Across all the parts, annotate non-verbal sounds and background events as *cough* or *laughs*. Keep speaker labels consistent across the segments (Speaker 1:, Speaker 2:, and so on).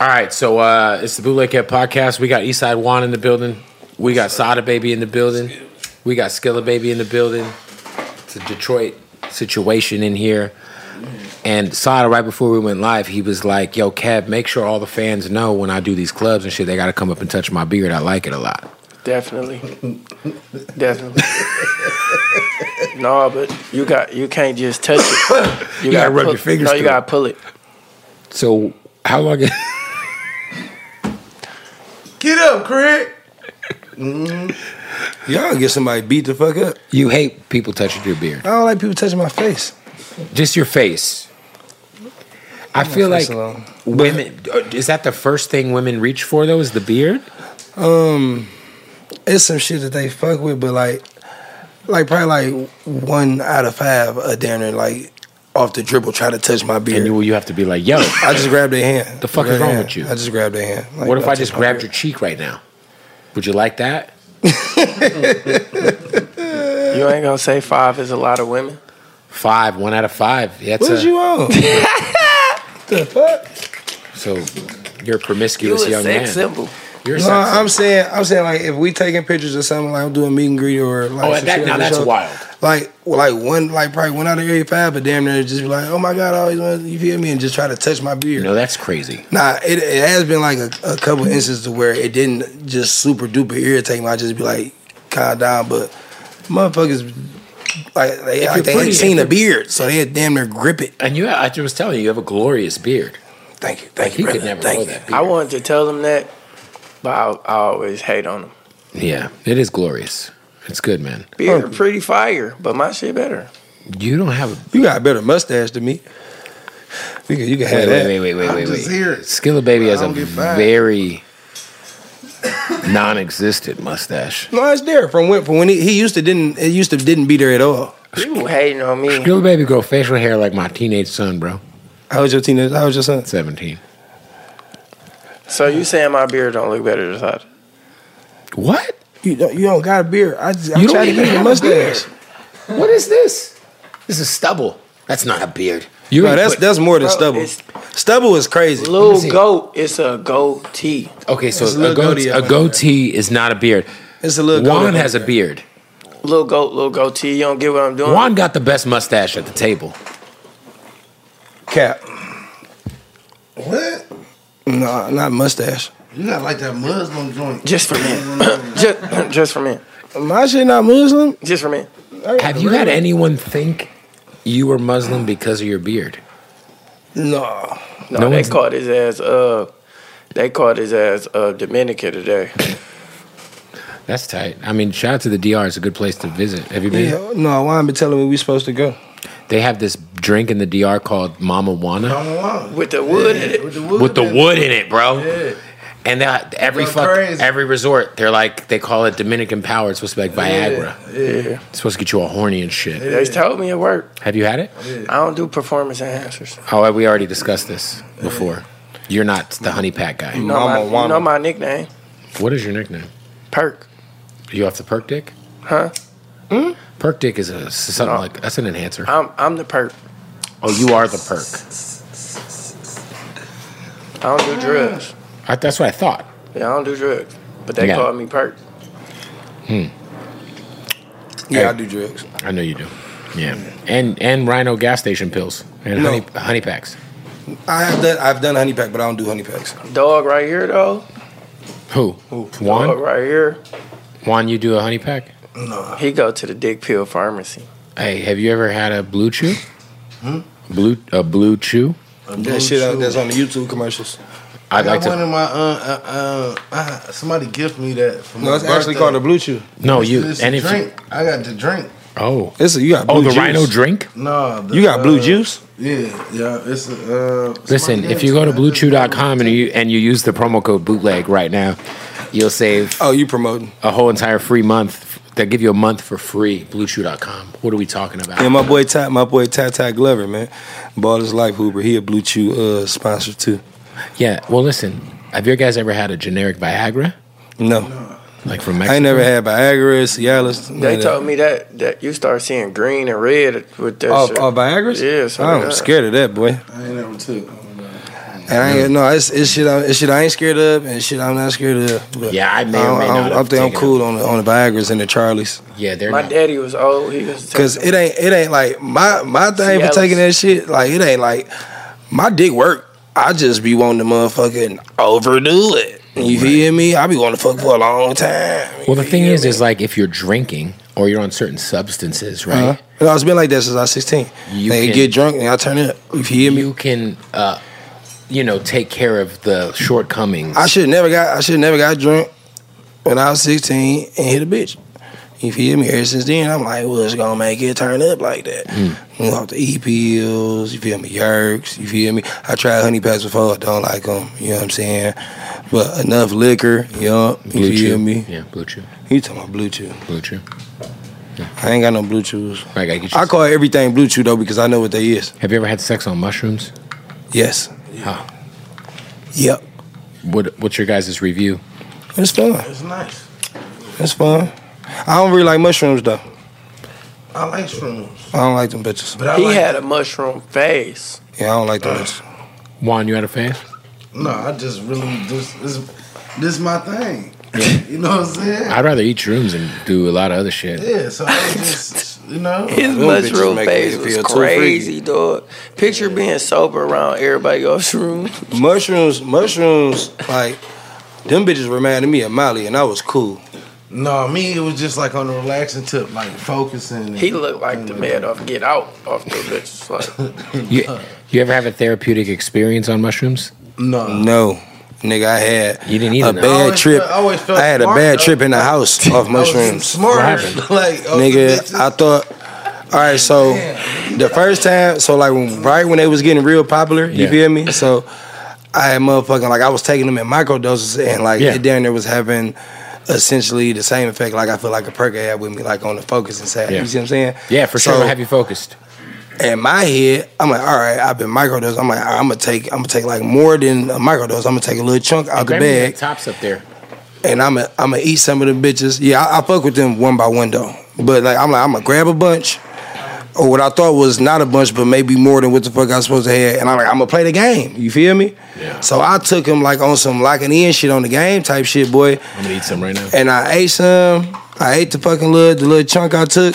Speaker 1: All right, so uh, it's the Bootleg Head Podcast. We got Eastside Juan in the building. We got Sada Baby in the building. We got Skilla Baby in the building. It's a Detroit situation in here. And Sada, right before we went live, he was like, "Yo, Kev, make sure all the fans know when I do these clubs and shit, they got to come up and touch my beard. I like it a lot."
Speaker 2: Definitely, definitely. no, but you got you can't just touch it. You,
Speaker 1: gotta rub
Speaker 2: pull-
Speaker 1: your fingers
Speaker 2: No, you
Speaker 1: through
Speaker 2: gotta pull it.
Speaker 1: So how long? *laughs*
Speaker 3: Get up, Craig. Mm-hmm. Y'all get somebody beat the fuck up.
Speaker 1: you hate people touching your beard,
Speaker 3: I don't like people touching my face.
Speaker 1: just your face. I feel
Speaker 3: face
Speaker 1: like
Speaker 3: alone.
Speaker 1: women. uh, Is that the first thing women reach for though? Is the beard?
Speaker 3: Um, it's some shit that they fuck with, but like, like probably like one out of five a damn like off the dribble try to touch my beard.
Speaker 1: And you, you have to be like, yo,
Speaker 3: I just grabbed their hand.
Speaker 1: The fuck is
Speaker 3: Their
Speaker 1: wrong
Speaker 3: hand.
Speaker 1: with you?
Speaker 3: I just grabbed their hand. Like,
Speaker 1: what if I
Speaker 3: touch
Speaker 1: just
Speaker 3: my
Speaker 1: grabbed your
Speaker 3: beard.
Speaker 1: cheek right now? Would you like that?
Speaker 2: You ain't gonna say five is a lot of women.
Speaker 1: Five, one out of five. That's
Speaker 3: What is
Speaker 1: a-
Speaker 3: you
Speaker 1: *laughs*
Speaker 3: on? the fuck?
Speaker 1: So you're a promiscuous young man.
Speaker 2: symbol.
Speaker 1: You're a
Speaker 3: No,
Speaker 1: sex
Speaker 3: I'm
Speaker 1: symbol.
Speaker 3: saying, I'm saying like if we taking pictures of something like I'm doing meet and greet or like
Speaker 1: Oh,
Speaker 3: some
Speaker 1: that-
Speaker 3: shit
Speaker 1: now
Speaker 3: on the
Speaker 1: that's
Speaker 3: show,
Speaker 1: wild.
Speaker 3: Like, well, like one, like probably one out of every five, but damn near just be like, oh my god, I always want you feel me and just try to touch my beard.
Speaker 1: No, that's crazy.
Speaker 3: Nah, it, it has been like a, a couple instances to where it didn't just super duper irritate me. I just be like, calm down. But motherfuckers, like they,
Speaker 1: you're
Speaker 3: like, they
Speaker 1: pretty,
Speaker 3: ain't seen
Speaker 1: if
Speaker 3: a beard, so they damn near grip it.
Speaker 1: And you, I was telling you, you have a glorious beard.
Speaker 3: Thank you,
Speaker 1: Like
Speaker 3: thank
Speaker 1: he
Speaker 3: you,
Speaker 1: could
Speaker 3: brother,
Speaker 1: never
Speaker 3: thank
Speaker 1: grow
Speaker 3: you.
Speaker 1: that
Speaker 2: I
Speaker 1: beard.
Speaker 2: wanted to tell them that, but I, I always hate on them.
Speaker 1: yeah, it is glorious. It's good, man.
Speaker 2: Beer pretty fire, but my shit better.
Speaker 1: You don't have. A,
Speaker 3: You got a better mustache than me. You can, you can
Speaker 1: wait,
Speaker 3: have
Speaker 1: wait,
Speaker 3: that.
Speaker 1: wait, wait, wait,
Speaker 4: I'm
Speaker 1: wait,
Speaker 4: just
Speaker 1: wait.
Speaker 4: here.
Speaker 1: Skilla baby has
Speaker 4: I
Speaker 1: a
Speaker 4: don't get fired.
Speaker 1: very non-existent mustache.
Speaker 3: No, it's there from when from when he, he used to didn't it used to didn't be there at all.
Speaker 2: You hating on me?
Speaker 1: Skilla baby grow facial hair like my teenage son, bro.
Speaker 3: How was your teenage? How was your son?
Speaker 1: Seventeen.
Speaker 2: So you saying my beer don't look better than that?
Speaker 1: What?
Speaker 3: You don't, you don't got a beard. I just,
Speaker 1: You
Speaker 3: I'm
Speaker 1: don't
Speaker 3: trying to
Speaker 1: even
Speaker 3: get a
Speaker 1: have a beard.
Speaker 3: mustache.
Speaker 1: What is this? This is stubble. That's not a beard. You
Speaker 3: No,
Speaker 1: already
Speaker 3: that's
Speaker 1: put-
Speaker 3: that's more than
Speaker 2: Bro,
Speaker 3: stubble.
Speaker 2: it's-
Speaker 3: Stubble is crazy.
Speaker 2: Little
Speaker 1: see.
Speaker 2: goat, it's a goatee.
Speaker 1: okay. So
Speaker 3: it's a
Speaker 1: a,
Speaker 3: little
Speaker 1: goatee,
Speaker 3: goatee
Speaker 1: a
Speaker 3: up
Speaker 1: goatee is not a beard.
Speaker 3: It's a little.
Speaker 1: Juan has a beard.
Speaker 2: Little goat, little goatee. You don't get what I'm
Speaker 3: uh,
Speaker 2: doing.
Speaker 1: Juan got the best mustache at the table.
Speaker 3: cap.
Speaker 5: What?
Speaker 3: No, not mustache.
Speaker 5: You got like that Muslim joint.
Speaker 2: Just for men. just, just for men.
Speaker 3: My shit not Muslim.
Speaker 2: Just for men.
Speaker 1: Have you had anyone think you were Muslim because of your beard?
Speaker 3: No.
Speaker 2: No,
Speaker 1: No
Speaker 2: they
Speaker 1: one's-
Speaker 2: caught his ass. Uh, they caught his ass uh,
Speaker 6: *laughs*
Speaker 2: Dominican today.
Speaker 1: That's tight. I mean, shout out to the DR. It's a good place to visit. Have you been?
Speaker 3: Yeah, no, Juan been telling me we supposed to go.
Speaker 1: They have this drink in the DR called Mama Wana
Speaker 5: Come along.
Speaker 2: With the wood in it.
Speaker 5: With the wood.
Speaker 1: with the
Speaker 5: in it.
Speaker 1: wood in it, bro. And they, every
Speaker 3: Going
Speaker 1: fuck,
Speaker 3: crazy.
Speaker 1: every resort, they're like they call it Dominican power. It's supposed to be like Viagra.
Speaker 6: Yeah.
Speaker 1: It's supposed to get you all horny and shit.
Speaker 6: They told me it worked.
Speaker 1: Have you had it?
Speaker 6: I don't do performance enhancers.
Speaker 1: Oh, we already discussed this before. You're not the honey pack guy.
Speaker 6: You know, my,
Speaker 7: Mama,
Speaker 6: you know
Speaker 7: mama.
Speaker 6: my nickname?
Speaker 1: What is your nickname?
Speaker 6: Perk.
Speaker 1: You off the perk dick?
Speaker 6: Huh?
Speaker 1: Perk dick is a something
Speaker 6: No.
Speaker 1: like that's an enhancer.
Speaker 6: I'm I'm the perk.
Speaker 1: Oh, you are the perk.
Speaker 6: I don't do drugs.
Speaker 1: I, that's what I thought.
Speaker 6: Yeah, I don't do drugs. But they
Speaker 1: Yeah.
Speaker 6: called me perk.
Speaker 5: Yeah,
Speaker 1: Hey.
Speaker 5: I do drugs.
Speaker 1: I know you do. Yeah, and and Rhino gas station pills and
Speaker 5: No.
Speaker 1: honey honey packs.
Speaker 5: I have done I've done honey pack, but I don't do honey packs.
Speaker 6: Dog right here though.
Speaker 1: Who? Oh,
Speaker 6: Dog
Speaker 1: Juan?
Speaker 6: right here.
Speaker 1: Juan, you do a honey pack?
Speaker 6: He go to the dick pill pharmacy.
Speaker 1: Hey, have you ever had a blue chew? Hmm? Blue a blue chew?
Speaker 5: That shit out that's on the YouTube commercials.
Speaker 1: I'd
Speaker 3: I
Speaker 1: like
Speaker 3: got one
Speaker 1: to.
Speaker 3: of my uh, uh, uh, uh somebody gift me that. For my
Speaker 5: No, it's actually
Speaker 3: birthday.
Speaker 5: called a blue chew.
Speaker 1: No,
Speaker 3: It's
Speaker 1: you
Speaker 3: this
Speaker 1: and if you,
Speaker 3: drink. I got the drink.
Speaker 1: oh
Speaker 5: It's a, you got blue
Speaker 1: oh the
Speaker 5: juice.
Speaker 1: Rhino drink.
Speaker 3: No, the,
Speaker 5: You got blue
Speaker 3: uh,
Speaker 5: juice?
Speaker 3: Yeah, yeah. It's a, uh,
Speaker 1: Listen, if *laughs* you go to bluechew.com and you and you use the promo code bootleg right now, you'll save
Speaker 5: Oh, you promoting.
Speaker 1: a whole entire free month. They'll give you a month for free. Bluechew.com. What are we talking about?
Speaker 5: Yeah, my boy Ty, my boy Ty Ty Glover, man, bought his life Hoover. He a Blue Chew uh, sponsor too.
Speaker 1: Yeah, Well, listen. Have your guys ever had a generic Viagra,
Speaker 5: No,
Speaker 1: like from Mexico?
Speaker 5: I ain't never had Viagra, Cialis. none
Speaker 6: They
Speaker 5: of that.
Speaker 6: told me that that you start seeing green and red with that
Speaker 5: Oh,
Speaker 6: shit.
Speaker 5: oh Viagra's?
Speaker 6: Yeah, so
Speaker 5: I'm
Speaker 6: yeah.
Speaker 5: scared of that, boy.
Speaker 3: I ain't never took.
Speaker 5: And I ain't, no, it's, it's shit. I, it's shit I ain't scared of, and shit I'm not scared of. But
Speaker 1: Yeah, I may or
Speaker 5: don't-
Speaker 3: uh,
Speaker 1: may
Speaker 5: don't-
Speaker 1: not
Speaker 5: I
Speaker 1: have
Speaker 5: think I'm
Speaker 1: taken
Speaker 5: cool on the, on the Viagra's and the Charlies.
Speaker 1: Yeah, they're
Speaker 6: My
Speaker 1: not.
Speaker 6: daddy was old. He was
Speaker 5: Cause it ain't it ain't like my my thing for
Speaker 6: Cialis.
Speaker 5: taking that shit like it ain't like my dick work. I just be wanting to motherfucking overdo it. You hear me? I be wanting to fuck for a long time.
Speaker 1: Well, the thing is, is like if you're drinking or you're on certain substances, right?
Speaker 5: Uh-huh. No, it's been like that since I was sixteen.
Speaker 1: You
Speaker 5: they
Speaker 1: can-
Speaker 5: get drunk and I turn it. up. You hear me?
Speaker 1: You can, uh, you know, take care of the shortcomings.
Speaker 5: I should never got I should never got drunk when I was sixteen and hit a bitch. You feel me? Ever since then, I'm like, well, it's gonna make it turn up like that. You know, off the E pills, you feel me? Yerks, you feel me? I tried honey packs before, I don't like them. You know what I'm saying? But enough liquor, you know, you
Speaker 1: Blue
Speaker 5: feel
Speaker 1: Chew.
Speaker 5: me?
Speaker 1: Yeah, blue chew,
Speaker 5: You talking about blue chew?
Speaker 1: blue chew.
Speaker 5: I ain't got no blue chews.
Speaker 1: Right, I get you.
Speaker 5: I call everything blue chew though because I know what they is.
Speaker 1: Have you ever had sex on mushrooms?
Speaker 5: Yes.
Speaker 1: Huh.
Speaker 5: Yep.
Speaker 1: What What's your guys' review?
Speaker 5: It's fun.
Speaker 3: It's nice.
Speaker 5: It's fun. I don't really like mushrooms though.
Speaker 3: I like shrooms,
Speaker 5: I don't like them bitches.
Speaker 3: but I
Speaker 6: he
Speaker 3: like, Uh,
Speaker 6: had a mushroom face.
Speaker 5: Yeah, I don't like them bitches.
Speaker 1: Juan, you had a fan?
Speaker 3: No, I just really just this. This my thing. *laughs* you know what I'm saying?
Speaker 1: I'd rather eat shrooms and do a lot of other shit.
Speaker 3: yeah. So I just
Speaker 5: *laughs*
Speaker 3: you know.
Speaker 6: His
Speaker 5: Them bitches
Speaker 6: mushroom
Speaker 5: make me
Speaker 6: face
Speaker 5: feel
Speaker 6: was
Speaker 5: too freaky.
Speaker 6: crazy, dog. Picture being sober around everybody else's room. *laughs*
Speaker 5: Mushrooms, mushrooms, like them bitches reminded me of Molly, and I was cool.
Speaker 3: No, me it was just like on the relaxing tip, like focusing.
Speaker 6: He looked like the man off Get Out off the bitches. Like,
Speaker 1: You, you ever have a therapeutic experience on mushrooms?
Speaker 3: No,
Speaker 5: No, nigga, I had
Speaker 1: You didn't
Speaker 5: a
Speaker 1: either.
Speaker 3: I
Speaker 5: bad
Speaker 3: always
Speaker 5: trip.
Speaker 3: felt- I always felt
Speaker 5: I had a
Speaker 3: smart,
Speaker 5: bad
Speaker 3: though.
Speaker 5: trip in
Speaker 3: *laughs*
Speaker 5: the house off mushrooms,
Speaker 3: Smart, *laughs*
Speaker 1: happened?
Speaker 3: like oh,
Speaker 5: nigga.
Speaker 3: bitches.
Speaker 5: I thought. All right, so the first time, so like when, right when they was getting real popular, you
Speaker 1: Yeah.
Speaker 5: feel me? So I had motherfucking like I was taking them in microdoses, and like
Speaker 1: Yeah.
Speaker 5: it *laughs* down there was having essentially the same effect. Like I feel like a perk had with me, like on the focus and side.
Speaker 1: Yeah.
Speaker 5: You see what I'm saying?
Speaker 1: Yeah, for sure.
Speaker 5: So-
Speaker 1: I'll have you focused.
Speaker 5: in my head, I'm like, all right, I've been microdosed. I'm like, all right, I'm gonna take, I'm gonna take like more than a microdose. I'm gonna take a little chunk out the
Speaker 1: Grab me that
Speaker 5: bag,
Speaker 1: Tops up there.
Speaker 5: and I'm gonna, I'm gonna eat some of them bitches. Yeah, I, I fuck with them one by one though. But like, I'm like, I'm gonna grab a bunch, or what I thought was not a bunch, but maybe more than what the fuck I was supposed to have. And I'm like, I'm gonna play the game. You feel me?
Speaker 1: Yeah.
Speaker 5: So I took him like on some locking in shit on the game type shit, boy.
Speaker 1: I'm gonna eat some right now.
Speaker 5: And I ate some. I ate the fucking little the little chunk I took,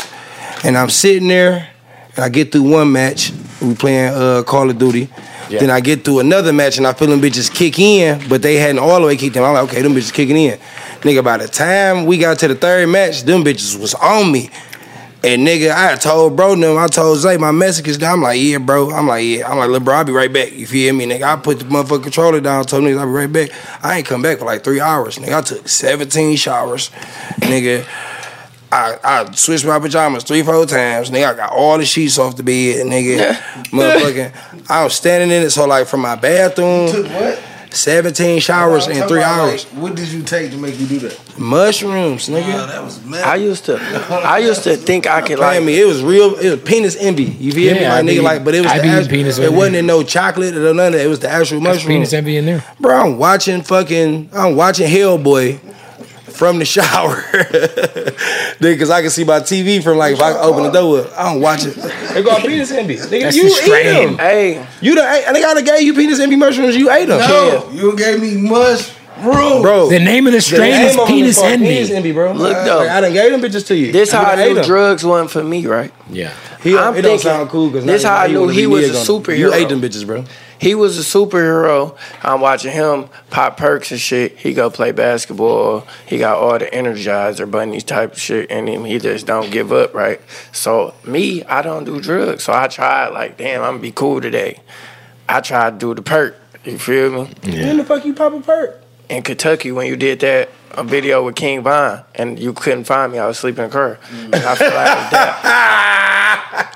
Speaker 5: and I'm sitting there, and I get through one match. We playing uh, Call of Duty.
Speaker 1: Yeah.
Speaker 5: Then I get through another match, and I feel them bitches kick in, but they hadn't all the way kicked in. I'm like, okay, them bitches kicking in. Nigga, by the time we got to the third match, them bitches was on me. And nigga, I told bro them, I told Zay my messages down. I'm like, yeah, bro. I'm like, yeah. I'm like, little bro, I'll be right back. You feel me, nigga? I put the motherfucking controller down, told niggas I'll be right back. I ain't come back for like three hours, nigga. I took 17 showers, nigga. I, I switched my pajamas three, four times, nigga. I got all the sheets off the *laughs* bed, nigga. Motherfucking, I was standing in it, so like from my bathroom.
Speaker 3: Took what? 17 showers in three hours.
Speaker 2: what did you take to make you do that?
Speaker 3: Mushrooms,
Speaker 2: Nah,
Speaker 3: nigga.
Speaker 2: that was mad.
Speaker 5: I used to,
Speaker 3: *laughs*
Speaker 5: I used to think I could
Speaker 3: Playing
Speaker 5: like.
Speaker 3: me, it was real. It was penis envy. You feel
Speaker 1: Yeah, I
Speaker 3: me, like
Speaker 1: be-
Speaker 3: nigga, like, but it was
Speaker 1: I
Speaker 3: the
Speaker 1: be
Speaker 3: actual,
Speaker 1: penis
Speaker 3: It
Speaker 1: envy.
Speaker 3: wasn't in no chocolate or none of that. It was the actual
Speaker 1: That's
Speaker 3: mushroom.
Speaker 1: penis envy in there.
Speaker 3: Bro, I'm watching fucking, I'm watching Hellboy from the *laughs* shower. Because I can see my TV from like, if I open the door, up. I'm watching. They got penis envy. Nigga,
Speaker 1: That's
Speaker 3: you
Speaker 1: the strain.
Speaker 3: eat them.
Speaker 5: Hey,
Speaker 3: You done ate, I think I done gave you penis envy mushrooms, you ate them.
Speaker 2: No, you gave me mush, bro.
Speaker 3: Bro.
Speaker 1: Oh, The name of the
Speaker 3: the
Speaker 1: strain
Speaker 3: name
Speaker 1: is
Speaker 3: of them
Speaker 1: penis
Speaker 3: fucking
Speaker 1: envy.
Speaker 3: Penis envy, bro.
Speaker 5: Look,
Speaker 3: I,
Speaker 5: though.
Speaker 3: like, I done gave them bitches to you.
Speaker 5: this
Speaker 3: You
Speaker 5: how I
Speaker 3: done ate
Speaker 5: knew
Speaker 3: them.
Speaker 5: drugs wasn't for me, right?
Speaker 1: Yeah.
Speaker 3: He,
Speaker 5: I'm
Speaker 3: it don't
Speaker 5: thinking-
Speaker 3: sound cool because
Speaker 5: this how I knew he was a
Speaker 3: You
Speaker 5: superhero.
Speaker 3: ate them bitches, bro.
Speaker 5: He was a superhero. I'm watching him pop perks and shit. He go play basketball. He got all the Energizer bunnies type of shit in him. He just don't give up, right? So me, I don't do drugs. So I tried like, damn, I'm gonna be cool today. I tried to do the perk. You feel me?
Speaker 3: When the fuck you pop a perk?
Speaker 5: In Kentucky, when you did that a video with King Von, and you couldn't find me, I was sleeping in the car.
Speaker 3: Mm.
Speaker 5: And I felt like I was dead.
Speaker 3: *laughs*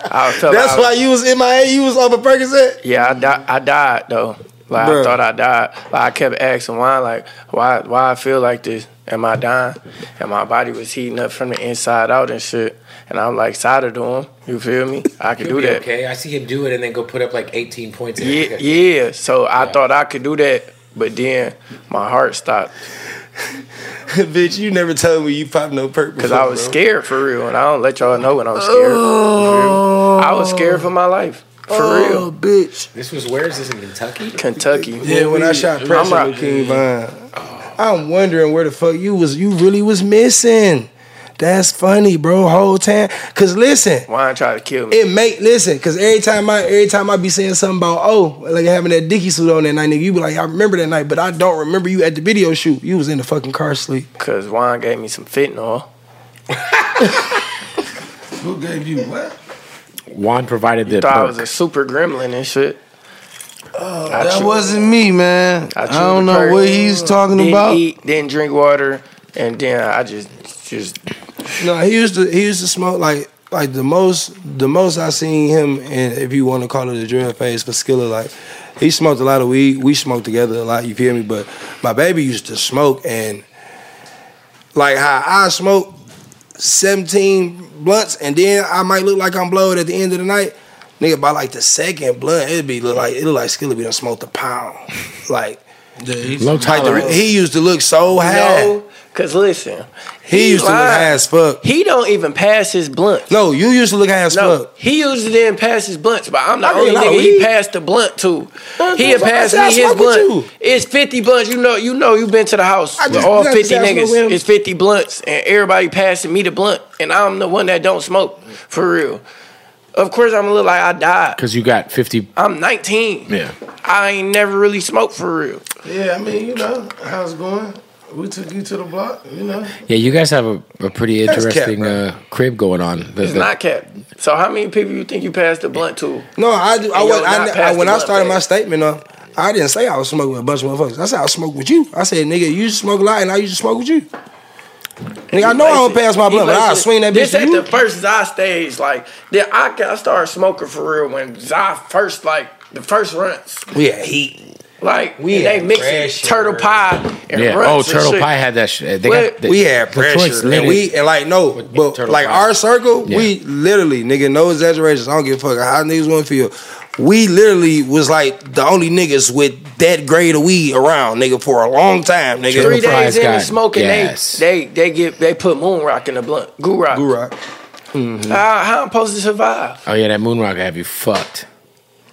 Speaker 5: I felt
Speaker 3: That's
Speaker 5: like I was-
Speaker 3: why you was MIA, you was off a Percocet?
Speaker 5: Yeah, I, di- I died though. Like
Speaker 3: Bruh.
Speaker 5: I thought I died. Like I kept asking why, like why, why I feel like this? Am I dying? And my body was heating up from the inside out and shit. And I'm like solder to him. You feel me? I could
Speaker 1: He'll
Speaker 5: do
Speaker 1: be
Speaker 5: that.
Speaker 1: Okay, I see him do it and then go put up like 18 points. in
Speaker 5: Yeah,
Speaker 1: it.
Speaker 5: yeah. So I thought I could do that, but then my heart stopped
Speaker 3: *laughs* Bitch, you never told me you popped no perk
Speaker 5: because I was scared for real. And I don't let y'all know when I was scared. Oh. I was scared for my life. For real,
Speaker 3: Oh, bitch.
Speaker 1: This was where is this in Kentucky?
Speaker 5: Kentucky.
Speaker 3: Yeah, when I shot press
Speaker 5: I'm
Speaker 3: with King Von, I'm wondering where the fuck you was. You really was missing. That's funny, bro. Whole time, cause listen,
Speaker 5: Wine tried to kill me.
Speaker 3: it make listen, cause every time I every time I be saying something about oh like having that dicky suit on that night, nigga, you be like I remember that night, but I don't remember you at the video shoot. You was in the fucking car sleep.
Speaker 5: Cause Juan gave me
Speaker 3: *laughs*
Speaker 5: some fentanyl.
Speaker 2: Who gave you what?
Speaker 1: Juan provided the
Speaker 5: Thought I
Speaker 1: perk.
Speaker 5: was a super gremlin and shit.
Speaker 3: Oh,
Speaker 5: I
Speaker 2: that
Speaker 5: chew-
Speaker 2: wasn't me, man. I,
Speaker 5: chewed
Speaker 2: don't
Speaker 5: the
Speaker 2: know
Speaker 5: curd.
Speaker 2: what he's talking
Speaker 5: didn't
Speaker 2: about.
Speaker 5: Eat, didn't drink water, and then I just just
Speaker 3: No, he used to he used to smoke like like the most the most I seen him and if you want to call it a drug phase for Skilla like he smoked a lot of weed. We smoked together a lot. You feel me? But my baby used to smoke and like how I smoke seventeen blunts and then I might look like I'm blowed at the end of the night. Nigga, by like the second blunt, it'd be look like it look like Skilla be done smoked a pound. *laughs* Like, like
Speaker 1: low
Speaker 3: the,
Speaker 1: tolerance.
Speaker 3: he used to look so high.
Speaker 5: no. Cause listen,
Speaker 3: he, used to look
Speaker 5: lied.
Speaker 3: high as fuck.
Speaker 5: He don't even pass his blunts.
Speaker 3: No, you used to look high as
Speaker 5: No,
Speaker 3: fuck.
Speaker 5: he usually didn't pass his blunts, but I'm the
Speaker 3: I mean,
Speaker 5: only
Speaker 3: no,
Speaker 5: nigga
Speaker 3: he-
Speaker 5: he passed the blunt to. He had
Speaker 3: I
Speaker 5: passed
Speaker 3: said, I
Speaker 5: me his
Speaker 3: smoke with
Speaker 5: blunt.
Speaker 3: you.
Speaker 5: It's 50 blunts. You know, you know, you've been to the house
Speaker 3: I
Speaker 5: with
Speaker 3: just-
Speaker 5: all
Speaker 3: I just
Speaker 5: 50
Speaker 3: said I smoke with
Speaker 5: niggas.
Speaker 3: him.
Speaker 5: It's 50 blunts, and everybody passing me the blunt, and I'm the one that don't smoke for real. Of course, I'm gonna look like I died.
Speaker 1: Because you got 50.
Speaker 5: I'm 19.
Speaker 1: Yeah.
Speaker 5: I ain't never really smoked for real.
Speaker 2: Yeah, I mean, you know, how's it going? We took you to the block, you know.
Speaker 1: Yeah, you guys have a, a pretty
Speaker 3: That's cap,
Speaker 1: interesting
Speaker 3: bro.
Speaker 1: uh, crib going on. The-
Speaker 5: It's
Speaker 1: the-
Speaker 5: not cap. So how many people you think you passed the blunt to?
Speaker 3: No, I do. I,
Speaker 5: And
Speaker 3: was,
Speaker 5: y'all
Speaker 3: I,
Speaker 5: not
Speaker 3: I-
Speaker 5: passed
Speaker 3: when
Speaker 5: the
Speaker 3: I started
Speaker 5: blunt,
Speaker 3: my
Speaker 5: babe.
Speaker 3: statement, uh, I didn't say I was smoking with a bunch of motherfuckers. I said I smoked with you. I said, nigga, you smoke a lot, and I used to smoke with you. Nigga, I know I don't
Speaker 5: Listen,
Speaker 3: pass my
Speaker 5: he
Speaker 3: blunt, but I
Speaker 5: listen,
Speaker 3: swing that bitch.
Speaker 5: This
Speaker 3: to
Speaker 5: at
Speaker 3: you.
Speaker 5: the first Zai stage, like then I got- I started smoking for real when Zai first like the first runs,
Speaker 3: we had heat.
Speaker 5: like
Speaker 3: We
Speaker 5: and they
Speaker 3: had
Speaker 5: mixing
Speaker 3: pressure.
Speaker 5: turtle pie and
Speaker 1: yeah.
Speaker 5: runs.
Speaker 1: Oh,
Speaker 5: and
Speaker 1: Turtle
Speaker 5: shit.
Speaker 1: Pie had that shit. They
Speaker 5: What?
Speaker 1: got the,
Speaker 3: We had
Speaker 1: the joints
Speaker 3: pressure, and
Speaker 1: littered.
Speaker 3: we and like no, but
Speaker 1: Turtle
Speaker 3: like
Speaker 1: Pie.
Speaker 3: our circle,
Speaker 1: Yeah.
Speaker 3: we literally, nigga, no exaggerations. I don't give a fuck how niggas want to feel. We literally was like the only niggas with that grade of weed around, nigga, for a long time, nigga.
Speaker 5: Three
Speaker 1: Turtle Fries
Speaker 5: days in
Speaker 1: got-
Speaker 5: and smoking,
Speaker 1: yes.
Speaker 5: they they they get they put moon rock in the blunt, goo rock.
Speaker 3: Goo Rock.
Speaker 5: How, how I'm supposed to survive?
Speaker 1: oh, yeah, that Moon Rock have you fucked.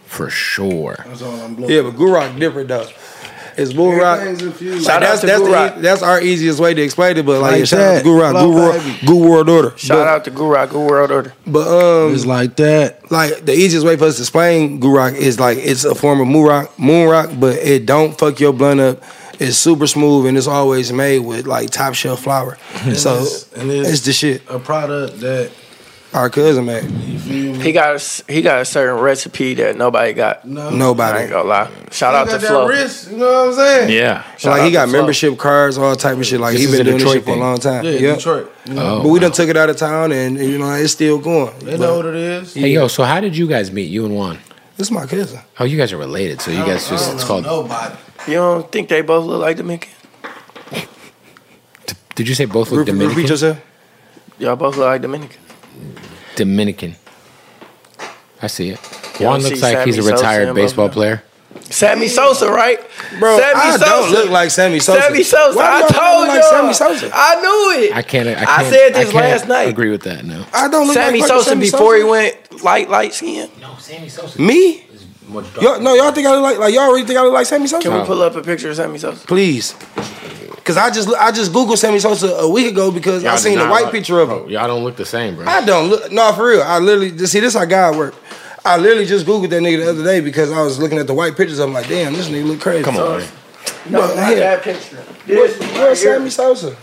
Speaker 1: For sure.
Speaker 2: That's all I'm blowing.
Speaker 3: Yeah, but Goo Rock different though. It's Goo Rock.
Speaker 2: Everything's infused.
Speaker 3: Like,
Speaker 5: Shout
Speaker 3: that's
Speaker 5: out to
Speaker 3: that's,
Speaker 5: Goo
Speaker 3: the-
Speaker 5: Rock.
Speaker 3: that's our easiest way to explain it, but like,
Speaker 2: Like
Speaker 3: yeah, shout out to
Speaker 2: that.
Speaker 3: Goo Rock,
Speaker 2: Flow
Speaker 3: Goo, World,
Speaker 2: Baby.
Speaker 3: Goo World Order.
Speaker 5: Shout out to goo rock, goo world order.
Speaker 3: But um,
Speaker 2: It's like that.
Speaker 3: like the easiest way for us to explain Goo Rock is like it's a form of moon rock, moon rock, but it don't fuck your blunt up. It's super smooth and it's always made with like top shelf flour. so
Speaker 2: it's-
Speaker 3: it's,
Speaker 2: and it's-
Speaker 3: the shit.
Speaker 2: A product that
Speaker 3: Our cousin made.
Speaker 2: you feel
Speaker 3: Mm-hmm.
Speaker 2: me.
Speaker 5: He got a, s- he got a certain recipe that nobody got.
Speaker 2: No,
Speaker 5: I ain't
Speaker 3: Nobody.
Speaker 5: gonna lie. Shout
Speaker 2: I
Speaker 5: out to
Speaker 2: got that
Speaker 5: Flo.
Speaker 2: wrist. You know what I'm saying?
Speaker 1: Yeah.
Speaker 5: Shout
Speaker 3: like he
Speaker 5: out
Speaker 3: got
Speaker 5: to Flo.
Speaker 3: membership cards, all type of shit. Like
Speaker 1: This
Speaker 3: he
Speaker 1: is
Speaker 3: been
Speaker 1: a
Speaker 3: doing this
Speaker 1: Detroit
Speaker 3: shit for a
Speaker 1: thing.
Speaker 3: long time.
Speaker 2: Yeah,
Speaker 3: Yep.
Speaker 2: Detroit. You know,
Speaker 1: Oh,
Speaker 3: But we
Speaker 1: wow.
Speaker 3: done took it out of town and you know it's still going.
Speaker 2: they know what it is.
Speaker 1: Hey, yo, so how did you guys meet, you and Juan?
Speaker 3: It's my cousin.
Speaker 1: Oh, you guys are related, so you guys
Speaker 2: I
Speaker 1: just,
Speaker 2: don't
Speaker 1: it's
Speaker 2: know
Speaker 1: called
Speaker 2: nobody.
Speaker 5: You don't think they both look like Dominican?
Speaker 1: Did you say both look
Speaker 3: Repeat- repeat
Speaker 1: Dominican?
Speaker 3: yourself.
Speaker 5: Y'all both look like Dominican.
Speaker 1: Dominican. I see it.
Speaker 5: You
Speaker 1: Juan
Speaker 5: don't
Speaker 1: looks
Speaker 5: see
Speaker 1: like he's a
Speaker 5: Sammy Sosa in
Speaker 1: retired
Speaker 5: both
Speaker 1: baseball
Speaker 5: of them?
Speaker 1: player.
Speaker 5: Sammy Sosa, right?
Speaker 3: Bro,
Speaker 5: Sammy
Speaker 3: I don't
Speaker 5: Sosa.
Speaker 3: look like Sammy Sosa.
Speaker 5: Sammy Sosa.
Speaker 3: Why
Speaker 5: I
Speaker 3: do I
Speaker 5: told
Speaker 3: look like Sammy
Speaker 5: you.
Speaker 3: Sosa?
Speaker 5: I knew it.
Speaker 1: I can't. I, can't,
Speaker 5: said this
Speaker 1: I can't
Speaker 5: last night.
Speaker 1: Agree with that? No.
Speaker 3: I don't look
Speaker 5: Sammy
Speaker 3: like fucking
Speaker 5: Sosa
Speaker 3: Sammy
Speaker 5: before he
Speaker 3: Sosa.
Speaker 5: went light light skin.
Speaker 1: No, Sammy Sosa.
Speaker 3: Me? Y'all, no, y'all think I look like like y'all already think I look like Sammy Sosa?
Speaker 5: Can we pull up a picture of Sammy Sosa?
Speaker 3: Please, because I just I just googled Sammy Sosa a week ago because I seen a white picture of him.
Speaker 1: Oh, Y'all don't look the same, bro.
Speaker 3: I don't look. No, for real. I literally just see this. How God work. I literally just googled that nigga the other day because I was looking at the white pictures. I'm like, damn, this nigga look crazy.
Speaker 1: Come on, man.
Speaker 5: No,
Speaker 3: Bro,
Speaker 5: not
Speaker 3: here.
Speaker 5: that picture. This one right
Speaker 3: Where's
Speaker 5: here.
Speaker 3: Sammy Sosa?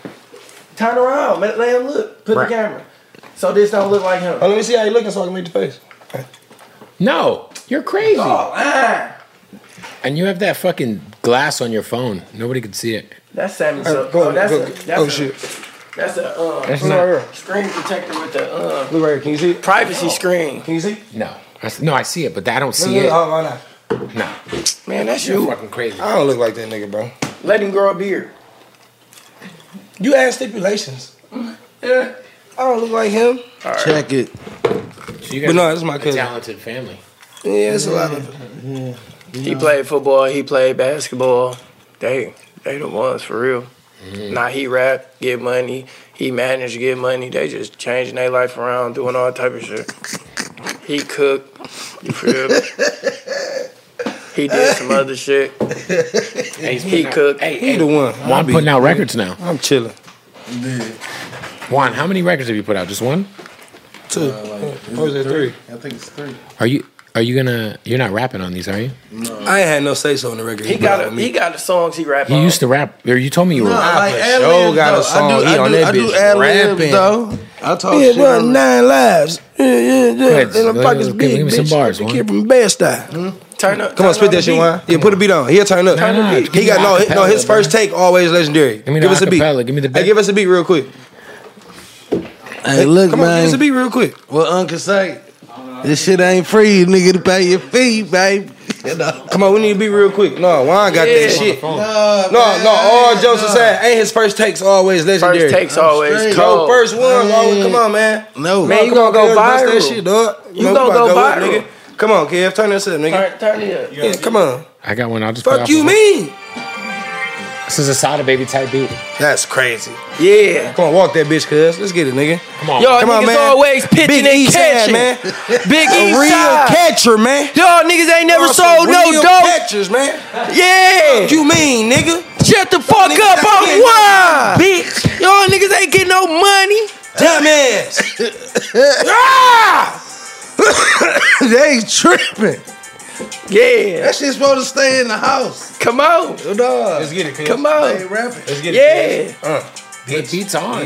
Speaker 5: Turn around. Let, let him look. Put
Speaker 1: Right.
Speaker 5: the camera. So this don't look like him.
Speaker 3: Oh, let me see how he looking so I can read the face.
Speaker 1: No, you're crazy.
Speaker 5: Oh, ah.
Speaker 1: And you have that fucking glass on your phone. Nobody can see it.
Speaker 5: That's Sammy
Speaker 3: All
Speaker 5: Sosa.
Speaker 3: right, go
Speaker 5: oh,
Speaker 3: on,
Speaker 5: that's
Speaker 3: go-
Speaker 5: a, that's
Speaker 3: oh,
Speaker 5: a,
Speaker 3: shit.
Speaker 5: That's a uh,
Speaker 1: That's not.
Speaker 5: screen protector with the uh,
Speaker 3: Look right here. Can you see? it?
Speaker 5: privacy screen.
Speaker 3: Can you see?
Speaker 1: No. I s no, I see it, but I don't see
Speaker 3: Look,
Speaker 1: it.
Speaker 3: look, hold on, hold on.
Speaker 1: No.
Speaker 5: Man, that's
Speaker 1: You're
Speaker 5: you.
Speaker 1: fucking crazy.
Speaker 3: I don't look like that nigga, bro.
Speaker 5: Let him grow a beard.
Speaker 3: You add stipulations.
Speaker 5: Yeah.
Speaker 3: I don't look like him.
Speaker 8: Check it.
Speaker 1: So you
Speaker 3: But no, this is my
Speaker 1: a
Speaker 3: cousin.
Speaker 1: talented family.
Speaker 3: Yeah, it's a lot of.
Speaker 5: He played football. He played basketball. They they the ones for real. Now he rap, get money. He managed, get money. They just changing their life around, doing all type of shit. He cooked. You feel me? He did some other shit.
Speaker 1: Hey, he's
Speaker 5: He
Speaker 1: putting out-
Speaker 5: cooked.
Speaker 1: Hey,
Speaker 3: He
Speaker 1: hey,
Speaker 3: the one.
Speaker 1: Juan putting out records now.
Speaker 3: I'm chilling.
Speaker 8: Yeah.
Speaker 1: Juan, how many records have you put out? Just one?
Speaker 3: Two. Or is it three?
Speaker 8: I think it's three.
Speaker 1: Are you? Are you gonna? You're not rapping on these, are you?
Speaker 3: I ain't had no say so on the record.
Speaker 5: He got a, he got the songs he rap
Speaker 1: You
Speaker 5: on.
Speaker 1: used to rap, or you told me you were.
Speaker 8: No,
Speaker 1: rapping.
Speaker 8: like
Speaker 3: for sure
Speaker 8: ad-libs,
Speaker 3: got a
Speaker 8: though.
Speaker 3: song. He
Speaker 8: I do, I
Speaker 3: on
Speaker 8: do,
Speaker 3: that
Speaker 8: I do
Speaker 3: bitch
Speaker 8: ad-libs,
Speaker 3: rapping.
Speaker 8: though. I talk
Speaker 3: Yeah,
Speaker 8: shit.
Speaker 3: well,
Speaker 8: on-
Speaker 3: nine lives. Yeah, yeah, yeah.
Speaker 1: ahead,
Speaker 3: And my
Speaker 1: go
Speaker 3: pockets
Speaker 1: ahead,
Speaker 3: big,
Speaker 1: give me
Speaker 3: bitch.
Speaker 1: some bars,
Speaker 3: The
Speaker 1: Juan.
Speaker 3: kid from Best Eye.
Speaker 5: turn
Speaker 3: Come
Speaker 5: up.
Speaker 3: on,
Speaker 5: turn
Speaker 3: spit
Speaker 5: up the
Speaker 3: that shit,
Speaker 5: beat.
Speaker 3: Juan. Yeah, put a beat on. He'll turn up.
Speaker 1: Turn the beat.
Speaker 3: He got no,
Speaker 1: Give me
Speaker 3: no. His
Speaker 1: acapella,
Speaker 3: first take always legendary.
Speaker 1: me
Speaker 3: give
Speaker 1: the
Speaker 3: us a beat.
Speaker 1: acapella, give me the
Speaker 3: Hey,
Speaker 1: beat.
Speaker 3: give us a beat real quick.
Speaker 8: Hey, look,
Speaker 3: Come on, give us a
Speaker 8: man.
Speaker 3: beat real quick.
Speaker 8: What Uncle say? This shit ain't free, nigga, to pay your fee, babe. You know?
Speaker 3: Come on, we need to be real quick. No, Juan got
Speaker 5: Yeah.
Speaker 3: that shit. No,
Speaker 8: No,
Speaker 3: no. All jokes aside, ain't his first takes always legendary?
Speaker 5: First takes
Speaker 8: I'm
Speaker 5: always
Speaker 8: straight.
Speaker 3: Yo,
Speaker 5: cold.
Speaker 3: first one. always- Come on, man.
Speaker 8: No.
Speaker 5: Man, you
Speaker 3: Come on,
Speaker 5: gonna go
Speaker 3: Kev, bust That
Speaker 5: viral.
Speaker 3: shit, dog.
Speaker 5: You
Speaker 3: Man, we
Speaker 5: gonna
Speaker 3: about
Speaker 5: go
Speaker 3: up,
Speaker 5: viral.
Speaker 3: nigga. Come on, Kev, turn this up, nigga.
Speaker 5: Turn, turn it up.
Speaker 3: Yeah, come on.
Speaker 1: I got one. I'll just. play
Speaker 3: Fuck
Speaker 1: off
Speaker 3: you,
Speaker 1: of it.
Speaker 3: mean?
Speaker 1: This is a Sada baby type beat.
Speaker 3: That's crazy.
Speaker 5: Yeah.
Speaker 3: Come on, walk that bitch, cuz. Let's get it, nigga.
Speaker 1: Come on.
Speaker 5: Y'all
Speaker 3: Come on,
Speaker 5: niggas
Speaker 3: man.
Speaker 5: always pitching
Speaker 3: Big
Speaker 5: and
Speaker 3: East side,
Speaker 5: catching. *laughs*
Speaker 3: man.
Speaker 5: Big
Speaker 3: A
Speaker 5: East
Speaker 3: real
Speaker 5: side.
Speaker 3: catcher, man.
Speaker 5: Y'all niggas ain't never
Speaker 3: Y'all
Speaker 5: sold
Speaker 3: some
Speaker 5: no
Speaker 3: real
Speaker 5: dope.
Speaker 3: catchers, man.
Speaker 5: Yeah.
Speaker 3: What you mean, nigga?
Speaker 5: Shut the fuck
Speaker 3: niggas
Speaker 5: up.
Speaker 3: ain't
Speaker 5: I'm
Speaker 3: getting
Speaker 5: wild. Bitch. Y'all niggas ain't getting no money.
Speaker 3: Dumbass.
Speaker 5: Ah!
Speaker 8: *laughs* they tripping.
Speaker 5: Yeah.
Speaker 8: That shit supposed to stay in the house.
Speaker 5: Come on.
Speaker 8: Dog.
Speaker 3: get it, Kev.
Speaker 5: Come
Speaker 8: They
Speaker 5: on.
Speaker 8: rapping. Let's get
Speaker 5: Yeah.
Speaker 3: Uh,
Speaker 1: It beats on.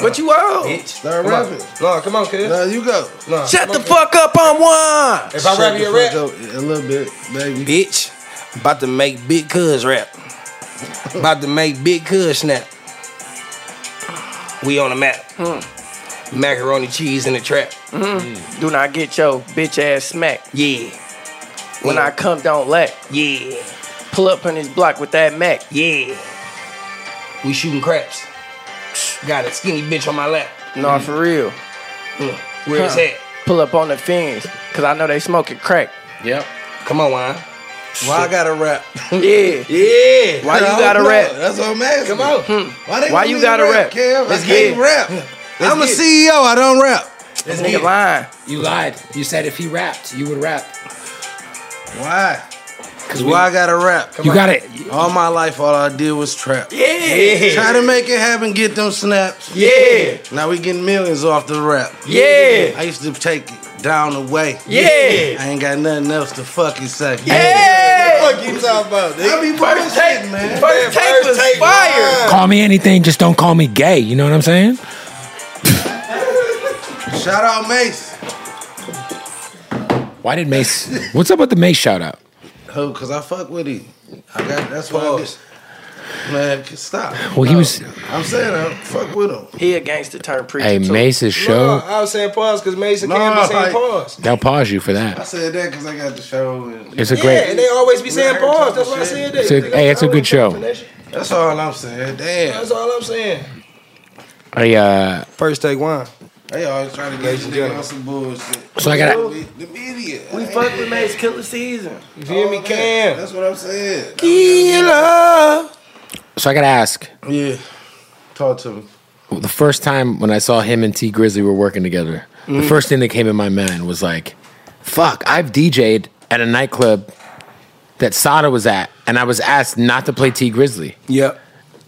Speaker 5: What you on?
Speaker 8: Oh, Start
Speaker 3: Come on.
Speaker 8: rapping.
Speaker 3: No, come on, cuz.
Speaker 8: No, you go.
Speaker 3: No.
Speaker 5: Shut the fuck up. I'm wild.
Speaker 3: If I
Speaker 8: Shut
Speaker 3: rap
Speaker 8: the
Speaker 3: your
Speaker 8: fuck
Speaker 3: rap,
Speaker 8: up A little bit, baby.
Speaker 3: bitch, about to make big
Speaker 8: *laughs*
Speaker 3: cuz rap. about to make big cuz snap. We on the map. Macaroni cheese in the trap.
Speaker 5: Do not get your bitch ass smacked.
Speaker 3: Yeah,
Speaker 5: When I come, don't lack.
Speaker 3: yeah,
Speaker 5: Pull up on this block with that Mac.
Speaker 3: yeah. We shooting craps. Got a skinny bitch on my lap.
Speaker 5: No, for real.
Speaker 3: Mm. Where is
Speaker 5: Huh.
Speaker 3: that?
Speaker 5: Pull up on the fiends. Cause I know they smoking crack.
Speaker 1: Yep.
Speaker 3: Come on, Wine.
Speaker 8: Why I gotta rap?
Speaker 5: Yeah.
Speaker 3: Yeah.
Speaker 5: Why you
Speaker 8: I don't
Speaker 5: gotta
Speaker 8: know.
Speaker 5: rap?
Speaker 8: That's what I'm asking.
Speaker 3: Come on.
Speaker 8: Hmm. Why, they
Speaker 5: Why
Speaker 8: want
Speaker 5: you
Speaker 8: me
Speaker 5: gotta
Speaker 8: to
Speaker 5: rap?
Speaker 8: Kev?
Speaker 5: Let's
Speaker 8: I
Speaker 5: get
Speaker 8: can't rap. I'm a CEO. I don't rap.
Speaker 5: This nigga lying.
Speaker 1: You lied. You said if he rapped, you would rap.
Speaker 8: Why? Cause
Speaker 1: we-
Speaker 8: why I gotta rap?
Speaker 1: You got it.
Speaker 8: All my life, all I did was trap.
Speaker 5: Yeah.
Speaker 8: Try to make it happen, get them snaps.
Speaker 5: Yeah.
Speaker 8: Now we getting millions off the rap.
Speaker 5: Yeah.
Speaker 8: I used to take it down the way.
Speaker 5: Yeah.
Speaker 8: I ain't got nothing else to fucking say.
Speaker 5: Yeah.
Speaker 8: Fuck you talking about? I be
Speaker 5: First take,
Speaker 8: man.
Speaker 5: First take was fire.
Speaker 1: Call me anything, just don't call me gay. You know what I'm saying?
Speaker 8: Shout out Mace.
Speaker 1: Why did Mace? What's up with the Mace shout out?
Speaker 8: Who? Cause I fuck with him. I got. That's why. I get,
Speaker 3: Man, stop.
Speaker 1: Well, he was-
Speaker 3: I'm saying, I fuck with him.
Speaker 2: He a gangster turned preacher.
Speaker 1: Hey,
Speaker 2: too.
Speaker 1: Mace's
Speaker 5: No,
Speaker 1: show.
Speaker 5: I was saying pause because Mason
Speaker 3: No,
Speaker 5: Campbell saying
Speaker 3: like-
Speaker 5: pause.
Speaker 1: They'll pause you for
Speaker 3: I
Speaker 1: that.
Speaker 3: said that because I got the show. And
Speaker 1: It's a
Speaker 5: Yeah,
Speaker 1: great.
Speaker 5: and they always be saying
Speaker 3: Right.
Speaker 5: pause. That's why I said that.
Speaker 1: It's a- hey, it's a good show.
Speaker 3: that's all I'm saying. Damn.
Speaker 5: That's all I'm saying.
Speaker 1: I uh.
Speaker 5: First take one.
Speaker 3: They always trying to get
Speaker 5: and
Speaker 3: you
Speaker 5: gentlemen.
Speaker 3: nigga on some bullshit.
Speaker 1: So I gotta-
Speaker 3: The me- the media.
Speaker 2: We fuck with Mace Killer Season.
Speaker 5: You hear me, Cam?
Speaker 3: That's what I'm saying.
Speaker 5: Killer.
Speaker 1: So I gotta ask.
Speaker 3: Yeah. Talk to me.
Speaker 1: The first time when I saw him and T Grizzly were working together, the
Speaker 5: Mm.
Speaker 1: first thing that came in my mind was like, "Fuck, I've DJ'd at a nightclub that Sada was at, and I was asked not to play T Grizzly."
Speaker 5: Yep.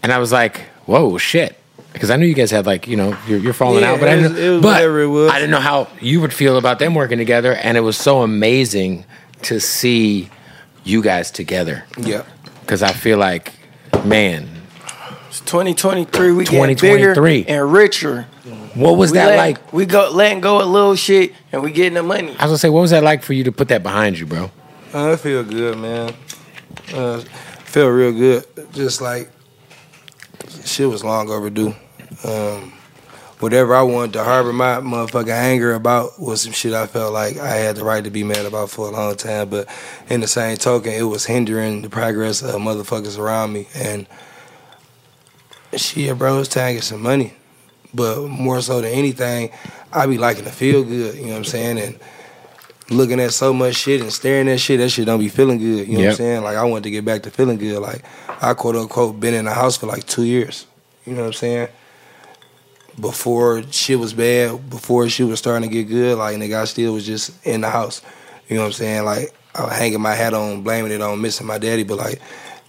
Speaker 1: and I was like, "Whoa, shit!" Because I knew you guys had like you know you're, you're falling
Speaker 5: Yeah,
Speaker 1: out, but I
Speaker 5: it
Speaker 1: didn't,
Speaker 5: was- it was
Speaker 1: but
Speaker 5: whatever it was.
Speaker 1: I didn't know how you would feel about them working together, and it was so amazing to see you guys together.
Speaker 5: Yep.
Speaker 1: Because I feel like, man,
Speaker 2: It's 2023. We get bigger
Speaker 1: 2023.
Speaker 2: and richer.
Speaker 1: what was
Speaker 2: we
Speaker 1: that
Speaker 2: let-
Speaker 1: like?
Speaker 2: We go letting go of little shit and we getting the money.
Speaker 1: I was gonna say, what was that like for you to put that behind you, bro?
Speaker 5: Uh, I feel good, man. Uh, feel real good. Just like shit was long overdue. Um, whatever I wanted to harbor my motherfucking anger about was some shit I felt like I had the right to be mad about for a long time. But in the same token, it was hindering the progress of motherfuckers around me. And shit, bro, it's time to get some money. But more so than anything, I be liking to feel good. You know what I'm saying? And looking at so much shit and staring at shit, that shit don't be feeling good. You know what I'm
Speaker 1: Yep.
Speaker 5: saying? Like I wanted to get back to feeling good. Like I quote unquote been in the house for like two years. You know what I'm saying? Before shit was bad, before shit was starting to get good, like nigga, I still was just in the house. You know what I'm saying? Like I'm hanging my hat on, blaming it on missing my daddy, but like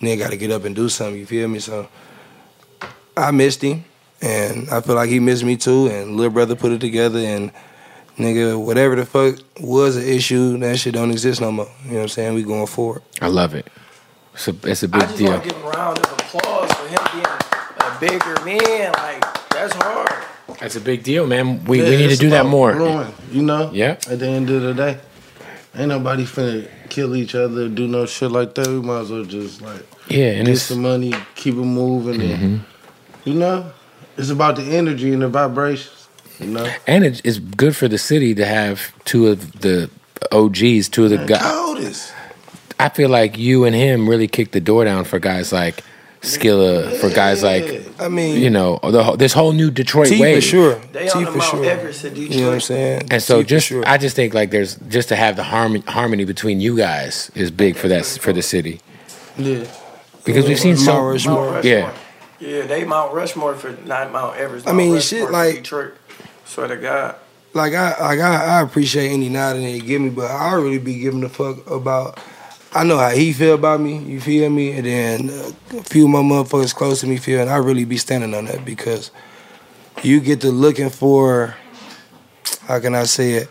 Speaker 5: nigga gotta get up and do something, you feel me? So I missed him and I feel like he missed me too and little brother put it together and nigga, whatever the fuck was an issue, that shit don't exist no more. You know what I'm saying? We going forward.
Speaker 1: I love it. It's a, it's a
Speaker 2: I
Speaker 1: big
Speaker 2: just
Speaker 1: deal.
Speaker 2: want to give a round of applause for him being a bigger man. Like that's hard.
Speaker 1: That's a big deal, man. We,
Speaker 3: Yeah,
Speaker 1: we need to
Speaker 3: it's
Speaker 1: do that
Speaker 3: about
Speaker 1: more.
Speaker 3: growing, you know?
Speaker 1: Yeah.
Speaker 3: At the end of the day, ain't nobody finna kill each other, do no shit like that. We might as well just like
Speaker 1: Yeah, and
Speaker 3: get
Speaker 1: it's Mm-hmm.
Speaker 3: some money, keep it moving, and you know, it's about the energy and the vibrations. You know,
Speaker 1: and it, it's good for the city to have two of the OGs, two of the guys.
Speaker 3: coldest.
Speaker 1: I feel like you and him really kicked the door down for guys like Skilla, for guys like
Speaker 5: I mean,
Speaker 1: you know the whole, this whole new Detroit
Speaker 5: T
Speaker 1: way.
Speaker 5: for sure.
Speaker 2: They
Speaker 5: T
Speaker 2: on the
Speaker 5: for
Speaker 2: Mount
Speaker 5: sure.
Speaker 2: Everest of Detroit.
Speaker 5: You know what I'm saying?
Speaker 1: And so,
Speaker 5: T for
Speaker 1: just
Speaker 5: sure.
Speaker 1: I just think like there's just to have the harmony harmony between you guys is big for that for the city
Speaker 3: Yeah,
Speaker 1: because we've seen so
Speaker 5: Mount Rushmore.
Speaker 2: Mount
Speaker 1: yeah.
Speaker 2: Yeah, they Mount Rushmore for not Mount Everest.
Speaker 5: I
Speaker 2: Mount
Speaker 5: mean,
Speaker 2: Rushmore
Speaker 5: shit,
Speaker 2: for
Speaker 5: like-
Speaker 2: Detroit. Swear to God.
Speaker 5: like I like I, I appreciate any nod that they give me, but I really be giving a fuck about. I know how he feel about me. You feel me? And then uh, a few of my motherfuckers close to me feel, and I really be standing on that because you get to looking for. How can I say it?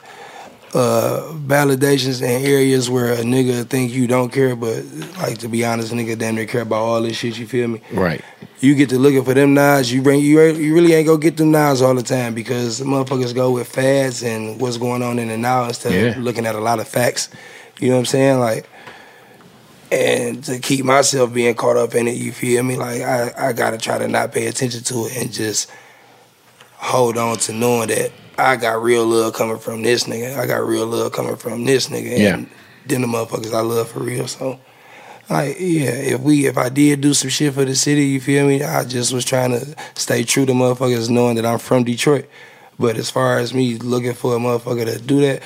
Speaker 5: Uh, validations in areas where a nigga think you don't care, but like to be honest, a nigga damn near care about all this shit. You feel me?
Speaker 1: right.
Speaker 5: you get to looking for them nods. You bring you, re- you really ain't gonna get them nods all the time because motherfuckers go with fads and what's going on in the now instead
Speaker 1: Yeah.
Speaker 5: of looking at a lot of facts. You know what I'm saying? Like, and to keep myself being caught up in it, you feel me? Like I, I gotta try to not pay attention to it and just hold on to knowing that I got real love coming from this nigga. I got real love coming from this nigga.
Speaker 1: Yeah.
Speaker 5: And then the motherfuckers I love for real. So. Like yeah, if we if I did do some shit for the city, you feel me? I just was trying to stay true to motherfuckers knowing that I'm from Detroit. But as far as me looking for a motherfucker to do that,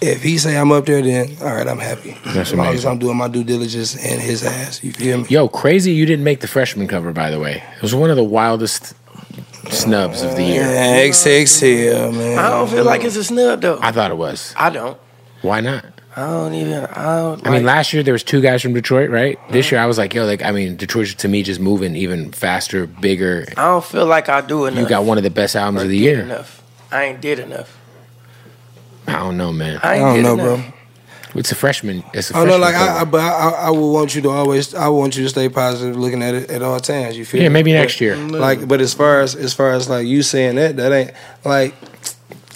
Speaker 5: if he say I'm up there, then all right, I'm happy.
Speaker 1: That's
Speaker 5: as long as
Speaker 1: amazing.
Speaker 5: I'm doing my due diligence and his ass, you feel me?
Speaker 1: Yo, crazy! You didn't make the freshman cover, by the way. It was one of the wildest snubs of the year.
Speaker 5: Yeah, XXL man.
Speaker 2: I don't feel like it's a snub though.
Speaker 1: I thought it was.
Speaker 2: I don't.
Speaker 1: Why not?
Speaker 2: I don't even. I don't.
Speaker 1: I mean, last year there was two guys from Detroit, right? This year I was like, yo, like I mean, Detroit to me just moving even faster, bigger.
Speaker 2: I don't feel like I do enough.
Speaker 1: You got one of the best albums of the
Speaker 2: Did
Speaker 1: year.
Speaker 2: Enough. I ain't did enough.
Speaker 1: I don't know, man.
Speaker 2: I
Speaker 5: I
Speaker 2: ain't
Speaker 5: don't
Speaker 2: did
Speaker 5: know,
Speaker 2: enough.
Speaker 5: bro.
Speaker 1: It's a freshman. It's a
Speaker 5: I
Speaker 1: freshman.
Speaker 5: know, Oh, like I, I
Speaker 1: program.
Speaker 5: but I, I would want you to always, I want you to stay positive, looking at it at all times. You feel?
Speaker 1: yeah,
Speaker 5: me?
Speaker 1: maybe
Speaker 5: But,
Speaker 1: next
Speaker 3: Mm-hmm.
Speaker 1: year.
Speaker 5: Like, but as far as as far as like you saying that, that ain't like.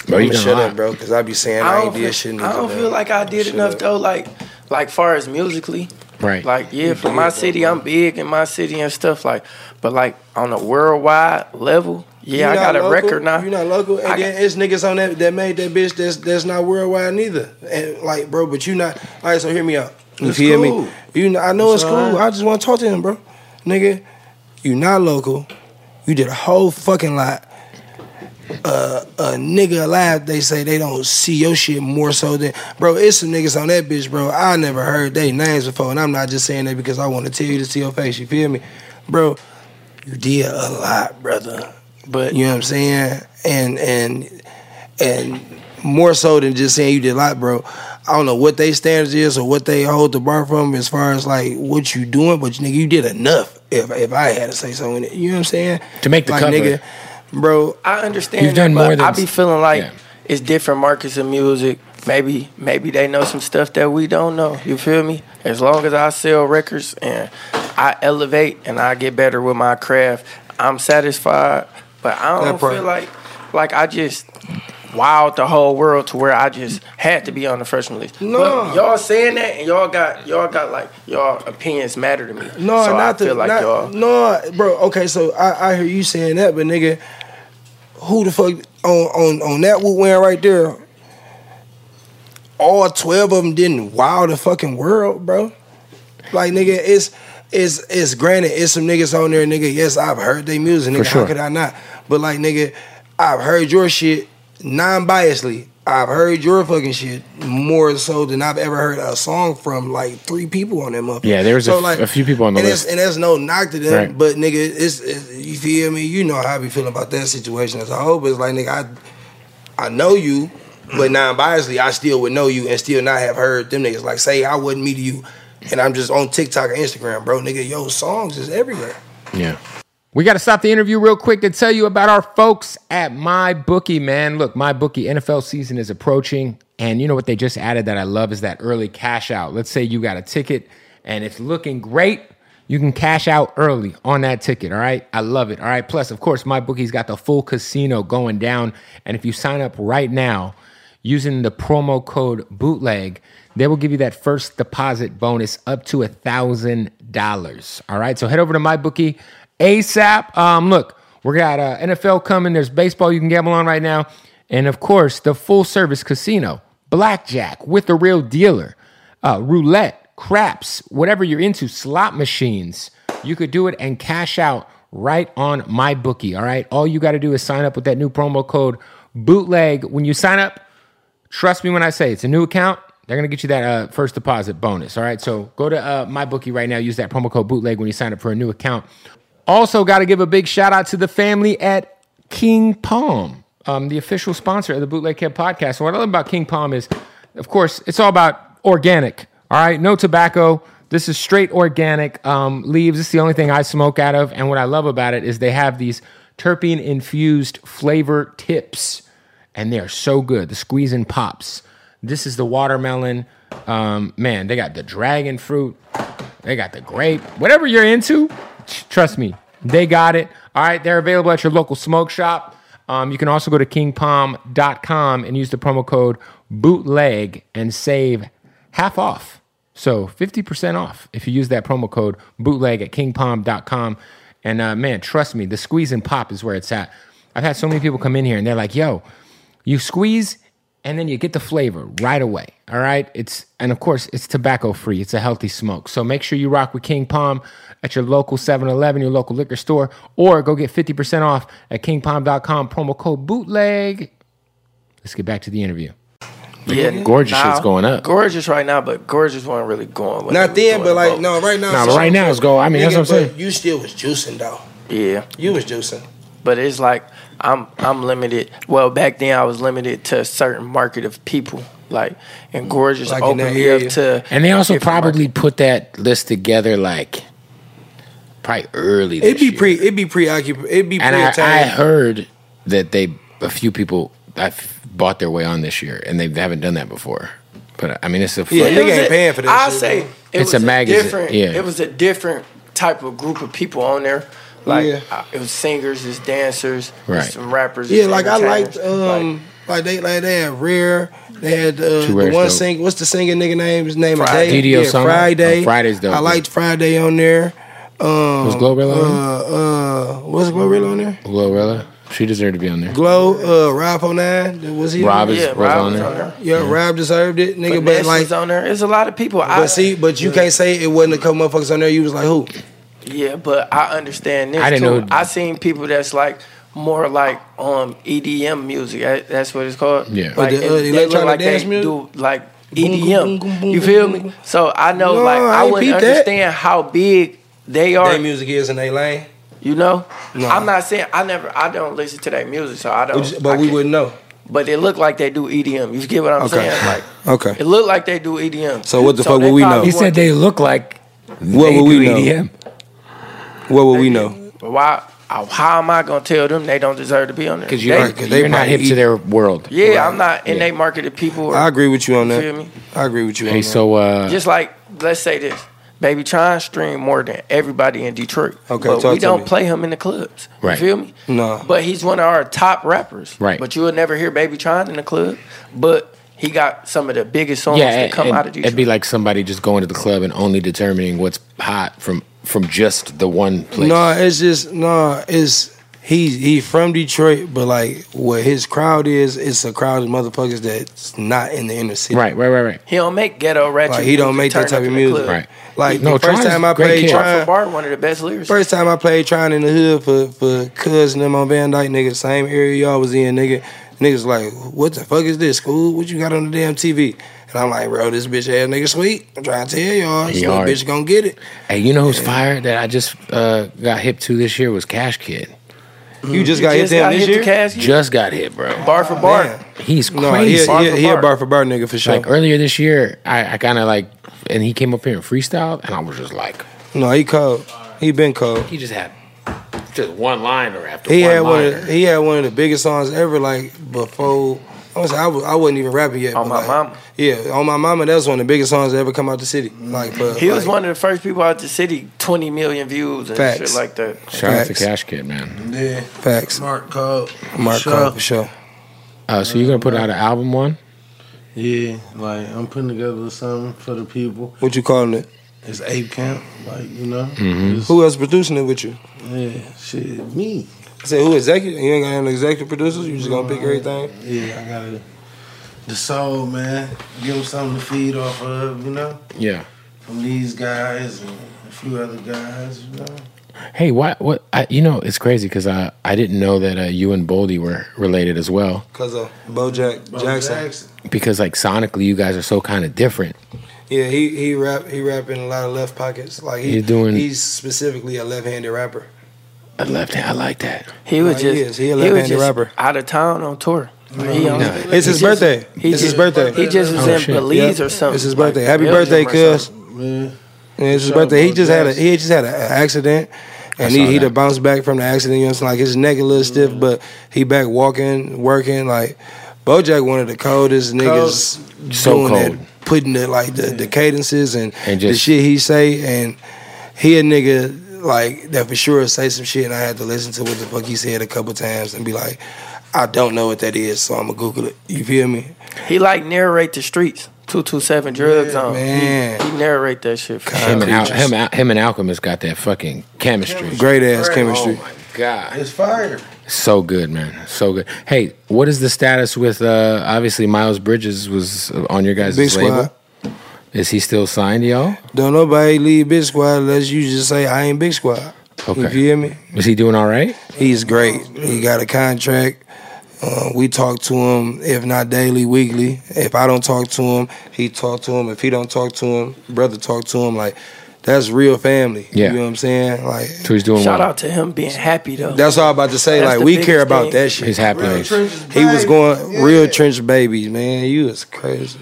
Speaker 1: Bro, you
Speaker 5: I'ma
Speaker 1: done a
Speaker 5: shut
Speaker 1: lot.
Speaker 5: up, bro, because I be saying I,
Speaker 2: I
Speaker 5: ain't
Speaker 2: don't,
Speaker 5: did
Speaker 2: feel,
Speaker 5: shit.
Speaker 2: I don't
Speaker 5: nigga,
Speaker 2: feel like I did
Speaker 5: Shut
Speaker 2: enough
Speaker 5: up.
Speaker 2: though. Like, like far as musically,
Speaker 1: Right.
Speaker 3: Like, yeah, for my city, I'm big in my city and stuff. Like, but like on a worldwide level, yeah, I
Speaker 5: You
Speaker 3: got
Speaker 5: not
Speaker 3: a
Speaker 5: local,
Speaker 3: record now.
Speaker 5: You not local, and
Speaker 3: I
Speaker 5: then it's niggas on that that made that bitch that's that's not worldwide neither. And like, bro, but you not. All right, so hear me out. You
Speaker 9: It's
Speaker 5: hear
Speaker 9: cool.
Speaker 5: me? You, kn- I know
Speaker 9: It's
Speaker 5: it's, cool.
Speaker 9: alright.
Speaker 5: I just want to talk to him, bro. Nigga, you not local. You did a whole fucking lot. Uh, a nigga alive, they say they don't see your shit more so than bro. It's some niggas on that bitch, bro. I never heard they names before, and I'm not just saying that because I want to tell you to see your face. You feel me, bro? You did a lot, brother.
Speaker 3: But
Speaker 5: You know what I'm saying? And and and more so than just saying you did a lot, bro. I don't know what they standards is or what they hold the bar from as far as like what you doing, but nigga, you did enough. If if I had to say so in it, you know what I'm saying?
Speaker 1: To make the
Speaker 5: like,
Speaker 1: cover.
Speaker 5: nigga, bro.
Speaker 3: I understand.
Speaker 1: You've done
Speaker 3: that, but
Speaker 1: more than-
Speaker 3: I be feeling like
Speaker 1: Yeah.
Speaker 3: it's different markets of music. Maybe maybe they know some stuff that we don't know. You feel me? As long as I sell records and I elevate and I get better with my craft, I'm satisfied. But I don't
Speaker 5: That part.
Speaker 3: feel like like I just wowed the whole world to where I just had to be on the freshman list.
Speaker 5: No.
Speaker 3: But y'all saying that and y'all got y'all got like y'all opinions matter to me.
Speaker 5: No,
Speaker 3: so
Speaker 5: not
Speaker 3: I
Speaker 5: the
Speaker 3: feel like
Speaker 5: not,
Speaker 3: y'all.
Speaker 5: No, bro. Okay, so I, I hear you saying that, but nigga, who the fuck on on on that Wu Wang right there? All twelve of them didn't wow the fucking world, bro. Like nigga, it's it's it's granted, it's some niggas on there, nigga. Yes, I've heard they music, nigga.
Speaker 1: sure.
Speaker 5: How could I not? But like nigga, I've heard your shit non-biasly. I've heard your fucking shit more so than I've ever heard a song from like three people on that motherfucker.
Speaker 1: Yeah, there was a f- a few people on the
Speaker 5: and
Speaker 1: list.
Speaker 5: That's, and that's no knock to them,
Speaker 1: Right.
Speaker 5: but nigga, it's, it's you feel me. You know how I be feeling about that situation as a whole. But it's like nigga, I I know you, but non-biasly, I still would know you and still not have heard them niggas. Like say I wasn't me to you, and I'm just on TikTok and Instagram, bro. Nigga, yo, songs is everywhere.
Speaker 1: Yeah. We got to stop the interview real quick to tell you about our folks at My Bookie, man. Look, My Bookie NFL season is approaching, and you know what they just added that I love is that early cash out. Let's say you got a ticket and it's looking great, you can cash out early on that ticket, all right? I love it. All right. Plus, of course, My Bookie's got the full casino going down, and if you sign up right now, using the promo code bootleg they will give you that first deposit bonus up to a thousand dollars all right so head over to mybookie asap um, look we got uh, nfl coming there's baseball you can gamble on right now and of course the full service casino blackjack with the real dealer uh, roulette craps whatever you're into slot machines you could do it and cash out right on my bookie all right all you got to do is sign up with that new promo code bootleg when you sign up trust me when I say it's a new account. They're gonna get you that uh, first deposit bonus. All right, so go to uh, my bookie right now. Use that promo code bootleg when you sign up for a new account. Also, got to give a big shout out to the family at King Palm, um, the official sponsor of the Bootleg Kid podcast. And what I love about King Palm is, of course, it's all about organic. All right, no tobacco. This is straight organic um, leaves. It's the only thing I smoke out of. And what I love about it is they have these terpene infused flavor tips and they are so good. The squeeze and pops. This is the watermelon. Um, man, they got the dragon fruit. They got the grape. Whatever you're into, tr- trust me, they got it. All right, they're available at your local smoke shop. Um, you can also go to kingpalm.com and use the promo code bootleg and save half off. So 50% off if you use that promo code bootleg at kingpalm.com. And uh, man, trust me, the squeeze and pop is where it's at. I've had so many people come in here and they're like, yo, you squeeze and then you get the flavor right away. All right. It's, and of course, it's tobacco free. It's a healthy smoke. So make sure you rock with King Palm at your local 7 Eleven, your local liquor store, or go get 50% off at kingpalm.com, promo code bootleg. Let's get back to the interview.
Speaker 3: Yeah,
Speaker 1: Gorgeous shit's going up.
Speaker 3: Gorgeous right now, but gorgeous wasn't really going. when
Speaker 5: Not
Speaker 3: they was
Speaker 5: then,
Speaker 3: doing
Speaker 5: but like
Speaker 3: both.
Speaker 5: no, right now.
Speaker 1: Nah,
Speaker 5: so-
Speaker 1: but right now it's go. I mean, that's
Speaker 5: Nigga,
Speaker 1: what I'm
Speaker 5: but
Speaker 1: saying.
Speaker 5: You still was juicing though.
Speaker 3: Yeah,
Speaker 5: You was juicing.
Speaker 3: but it's like I'm I'm limited. Well, back then I was limited to a certain market of people, like and gorgeous
Speaker 5: Like
Speaker 3: opened
Speaker 5: in that
Speaker 3: me up
Speaker 5: area.
Speaker 3: to.
Speaker 1: And they also
Speaker 3: different
Speaker 1: probably
Speaker 3: markets.
Speaker 1: put that list together like probably early.
Speaker 5: It'd
Speaker 1: This
Speaker 5: be
Speaker 1: year.
Speaker 5: pre. It'd be preoccupied. It'd be
Speaker 1: And I, I
Speaker 5: preoccupied.
Speaker 1: heard that they a few people I bought their way on this year, and they haven't done that before. But I mean, it's a fun,
Speaker 5: Yeah,
Speaker 3: It
Speaker 5: nigga
Speaker 3: was
Speaker 5: ain't
Speaker 3: a-
Speaker 5: paying for that
Speaker 3: I
Speaker 5: shit,
Speaker 3: say
Speaker 5: bro.
Speaker 3: it
Speaker 1: It's
Speaker 3: was
Speaker 1: a magazine,
Speaker 3: Different,
Speaker 1: yeah.
Speaker 3: it was a different type of group of people on there. Like
Speaker 5: Yeah.
Speaker 3: I- it was singers, it's dancers,
Speaker 1: Right.
Speaker 3: it's some rappers.
Speaker 5: Yeah,
Speaker 3: it's
Speaker 5: like I liked.
Speaker 3: entertainers,
Speaker 5: Um,
Speaker 3: like,
Speaker 5: Like they like they had Rare, they had
Speaker 1: Two
Speaker 5: uh, the
Speaker 1: Rares
Speaker 5: one
Speaker 1: dope.
Speaker 5: sing. What's the singer nigga name? His name
Speaker 1: Friday.
Speaker 5: Day.
Speaker 1: DDO song?
Speaker 5: Friday.
Speaker 1: Oh, Friday's dope,
Speaker 5: I
Speaker 1: yeah.
Speaker 5: liked Friday on there. Um,
Speaker 1: Was Glorilla on
Speaker 5: Uh, uh, was Glorilla on there?
Speaker 1: Glorilla, she deserved to be on there.
Speaker 5: Glow, uh, Rob on nine. Was he? on
Speaker 1: Rob
Speaker 5: there?
Speaker 1: is
Speaker 2: Yeah,
Speaker 1: was
Speaker 2: Rob
Speaker 1: on
Speaker 2: was
Speaker 1: there.
Speaker 2: on there.
Speaker 5: Yeah, Rob deserved it, nigga.
Speaker 2: But,
Speaker 5: But like,
Speaker 2: on there. It's a lot of people. I
Speaker 5: but see, but you can't say it wasn't a couple motherfuckers on there. You was like, who?
Speaker 2: Yeah, but I understand this
Speaker 1: I didn't
Speaker 2: too.
Speaker 1: know-
Speaker 2: I seen people that's like more like um EDM music. that- That's what it's called.
Speaker 1: Yeah.
Speaker 2: like,
Speaker 5: Oh, the, uh,
Speaker 2: it- they
Speaker 5: electronic
Speaker 2: look like they
Speaker 5: dance music?
Speaker 2: Do like
Speaker 5: boom,
Speaker 2: EDM.
Speaker 5: boom, boom, boom,
Speaker 2: you feel
Speaker 5: boom, boom.
Speaker 2: me? So I know,
Speaker 5: No,
Speaker 2: like,
Speaker 5: I
Speaker 2: I,
Speaker 5: ain't
Speaker 2: wouldn't
Speaker 5: peep that.
Speaker 2: understand how big they are.
Speaker 5: Their music is in their lane.
Speaker 2: You know,
Speaker 5: No.
Speaker 2: I'm not saying I never. I don't listen to their music, so I don't.
Speaker 5: We just- but
Speaker 2: I
Speaker 5: we
Speaker 2: can't-
Speaker 5: wouldn't know.
Speaker 2: But it look like they do EDM. You get what I'm
Speaker 5: Okay.
Speaker 2: saying? Like,
Speaker 5: Okay.
Speaker 2: it look like they do E EDM.
Speaker 5: So what the fuck
Speaker 2: they
Speaker 5: would we know?
Speaker 2: probably
Speaker 1: He
Speaker 5: He
Speaker 2: want
Speaker 1: said they E look like
Speaker 5: What would we know? What would we know?
Speaker 2: But why? uh, How am I gonna tell them they don't deserve to be on there?
Speaker 1: Because you're,
Speaker 5: Right, 'cause they
Speaker 1: you're not
Speaker 5: might
Speaker 1: hip
Speaker 5: eat-
Speaker 1: to their world.
Speaker 2: yeah, I'm not in they marketed people. Or,
Speaker 5: I agree with you on that.
Speaker 2: Feel me?
Speaker 5: I agree with you on
Speaker 1: Hey,
Speaker 5: that.
Speaker 1: so uh,
Speaker 2: Just like let's say this, baby, try and stream more than everybody in Detroit.
Speaker 5: Okay,
Speaker 2: but
Speaker 5: talk
Speaker 2: we
Speaker 5: to
Speaker 2: don't
Speaker 5: me.
Speaker 2: play him in the clubs.
Speaker 1: Right.
Speaker 2: You feel me?
Speaker 5: No.
Speaker 2: But he's one of our top rappers.
Speaker 1: Right.
Speaker 2: But you will never hear Baby Tron in the club. But he got some of the biggest songs
Speaker 1: yeah,
Speaker 2: that come
Speaker 1: it,
Speaker 2: out of Detroit.
Speaker 1: would be like somebody just going to the club and only determining what's hot from from just the one place.
Speaker 5: No, it's just no. It's he's he from Detroit, but like what his crowd is, it's a crowd of motherfuckers that's not in the inner city.
Speaker 1: Right, right, right, right.
Speaker 2: he don't make ghetto ratchet.
Speaker 5: Like he don't
Speaker 2: music,
Speaker 5: make that
Speaker 2: turn
Speaker 5: type
Speaker 2: up
Speaker 5: of
Speaker 2: in the
Speaker 5: music.
Speaker 2: club.
Speaker 1: Right.
Speaker 5: Like
Speaker 1: No,
Speaker 5: the first
Speaker 1: Try's
Speaker 5: time I
Speaker 1: a great
Speaker 5: played
Speaker 1: kid.
Speaker 2: Bar
Speaker 5: Tron,
Speaker 2: for bar, one of the best lyricists.
Speaker 5: First time I played Tron in the hood for for cuz and them on Van Dyke, nigga, same area y'all was in, nigga. Niggas like, what the fuck is this, school? What you got on the damn TV? And I'm like, bro, this bitch ass nigga sweet. I'm trying to tell y'all, this
Speaker 1: He
Speaker 5: little
Speaker 1: hard.
Speaker 5: bitch gonna get it.
Speaker 1: Hey, you know who's fire that I just uh, got hip to this year was Cash Kid.
Speaker 5: You just got
Speaker 2: Mm-hmm. Just
Speaker 5: hit
Speaker 2: got
Speaker 5: down this
Speaker 2: hit
Speaker 5: year.
Speaker 2: the cash.
Speaker 1: Just got hit, bro.
Speaker 2: bar for bar.
Speaker 5: Damn.
Speaker 1: He's
Speaker 5: No,
Speaker 1: crazy.
Speaker 5: he,
Speaker 2: Bar
Speaker 5: he,
Speaker 2: for
Speaker 5: he a
Speaker 2: bar.
Speaker 5: bar for bar nigga for sure.
Speaker 1: Like uh, earlier this year, I, I kind of like, and he came up here and freestyled, and I was just like,
Speaker 5: no, he cold. He been cold.
Speaker 1: he just had just one liner after
Speaker 5: He
Speaker 1: one
Speaker 5: had one.
Speaker 1: liner.
Speaker 5: Of, he had one of the biggest songs ever. Like before, I was I, was, I wasn't even rapping yet.
Speaker 2: On
Speaker 5: but
Speaker 2: My
Speaker 5: like,
Speaker 2: Mama.
Speaker 5: Yeah, on my mama. That was one of the biggest songs that ever come out the city. Like, but,
Speaker 2: He was
Speaker 5: like,
Speaker 2: one of the first people out the city, 20 million views and
Speaker 5: Facts.
Speaker 2: shit like that.
Speaker 1: Shout out to
Speaker 5: Facts.
Speaker 1: Cash Kid, man.
Speaker 3: Yeah.
Speaker 5: Facts.
Speaker 3: Mark Cobb.
Speaker 5: Mark
Speaker 3: Shaw.
Speaker 5: Cole, for sure.
Speaker 1: Uh, so you're gonna put out an album one?
Speaker 3: Yeah, like I'm putting together something for the people.
Speaker 5: What you calling it?
Speaker 3: It's Ape Camp, like you know. It's-
Speaker 5: Mm-hmm. Who else producing it with you?
Speaker 3: Yeah, shit, me.
Speaker 5: I said who executive? You ain't gonna have no executive producers. You just gonna pick everything.
Speaker 3: Yeah, I gotta the soul, man. Give them something to feed off of, you know,
Speaker 1: Yeah.
Speaker 3: from these guys and a few other guys, you know.
Speaker 1: Hey, why? What? I, you know, it's crazy because I I didn't know that uh, you and Boldy were related as well.
Speaker 5: Cause of BoJack
Speaker 3: Bo
Speaker 5: Jackson.
Speaker 1: Because like sonically, you guys are so kind of different.
Speaker 5: Yeah, he he rap he rapping a lot of left pockets. Like he,
Speaker 1: He doing-
Speaker 5: He's specifically a left-handed rapper.
Speaker 1: I love that. I like that.
Speaker 2: He was
Speaker 5: Nah, he
Speaker 2: just
Speaker 5: is. He a
Speaker 2: was
Speaker 5: left-handed
Speaker 2: just
Speaker 5: rapper.
Speaker 2: out of town on tour. He on-
Speaker 1: Nah.
Speaker 5: It's his
Speaker 2: he just-
Speaker 5: birthday.
Speaker 2: he
Speaker 5: It's his
Speaker 2: just-
Speaker 5: birthday.
Speaker 2: He just was
Speaker 1: Oh,
Speaker 2: in
Speaker 1: shit.
Speaker 2: Belize
Speaker 5: Yep.
Speaker 2: or something.
Speaker 5: It's his birthday.
Speaker 2: like
Speaker 5: Happy
Speaker 2: Belgium
Speaker 5: birthday,
Speaker 2: or something.
Speaker 5: cuz.
Speaker 3: Man,
Speaker 5: Yeah, it's his
Speaker 3: Shout out
Speaker 5: birthday. He
Speaker 3: Bo
Speaker 5: just had a
Speaker 3: Jackson.
Speaker 5: he just had an accident, and
Speaker 1: I Mm.
Speaker 5: he
Speaker 1: saw
Speaker 5: he
Speaker 1: that.
Speaker 5: to bounce back from the accident. You know, it's like his neck a little stiff, but he back walking, working. Like BoJack, one of the coldest niggas,
Speaker 1: So cold.
Speaker 5: that, putting the like the, the cadences and,
Speaker 1: And
Speaker 5: the
Speaker 1: just-
Speaker 5: shit he say, and he a nigga like that for sure say some shit, and I had to listen to what the fuck he said a couple times and be like. I don't know what that is, so I'm gonna Google it. You feel me?
Speaker 2: He like narrate the streets. Two two seven drugs on.
Speaker 5: man.
Speaker 2: He, he narrate that shit for
Speaker 1: Him
Speaker 2: sure.
Speaker 1: and Al, him, Al- him and Alchemist got that fucking chemistry.
Speaker 5: Great ass
Speaker 3: Great.
Speaker 5: chemistry.
Speaker 1: Oh my god,
Speaker 3: it's fire.
Speaker 1: so good, man, so good. Hey, what is the status with? uh Obviously, Miles Bridges was on your guys'
Speaker 5: Big
Speaker 1: label.
Speaker 5: squad.
Speaker 1: Is he still signed, to y'all?
Speaker 5: Don't nobody leave Big Squad unless you just say I ain't Big Squad.
Speaker 1: Okay.
Speaker 5: You feel me?
Speaker 1: Is he doing all right?
Speaker 5: He's great. He got a contract. Uh, we talk to him if not daily, weekly. If I don't talk to him, he talk to him. If he don't talk to him, brother talk to him. Like that's real family.
Speaker 1: Yeah.
Speaker 5: You know what I'm saying? Like
Speaker 1: So he's doing
Speaker 2: Shout
Speaker 1: well.
Speaker 2: out to him being happy though.
Speaker 5: that's all I'm about to say.
Speaker 2: That's
Speaker 5: like
Speaker 2: the
Speaker 5: we
Speaker 2: biggest
Speaker 5: care about
Speaker 2: thing.
Speaker 5: that shit.
Speaker 1: He's happy.
Speaker 3: Real trenches,
Speaker 5: he was
Speaker 3: baby.
Speaker 5: going
Speaker 3: Yeah.
Speaker 5: real trench babies, man. You was crazy.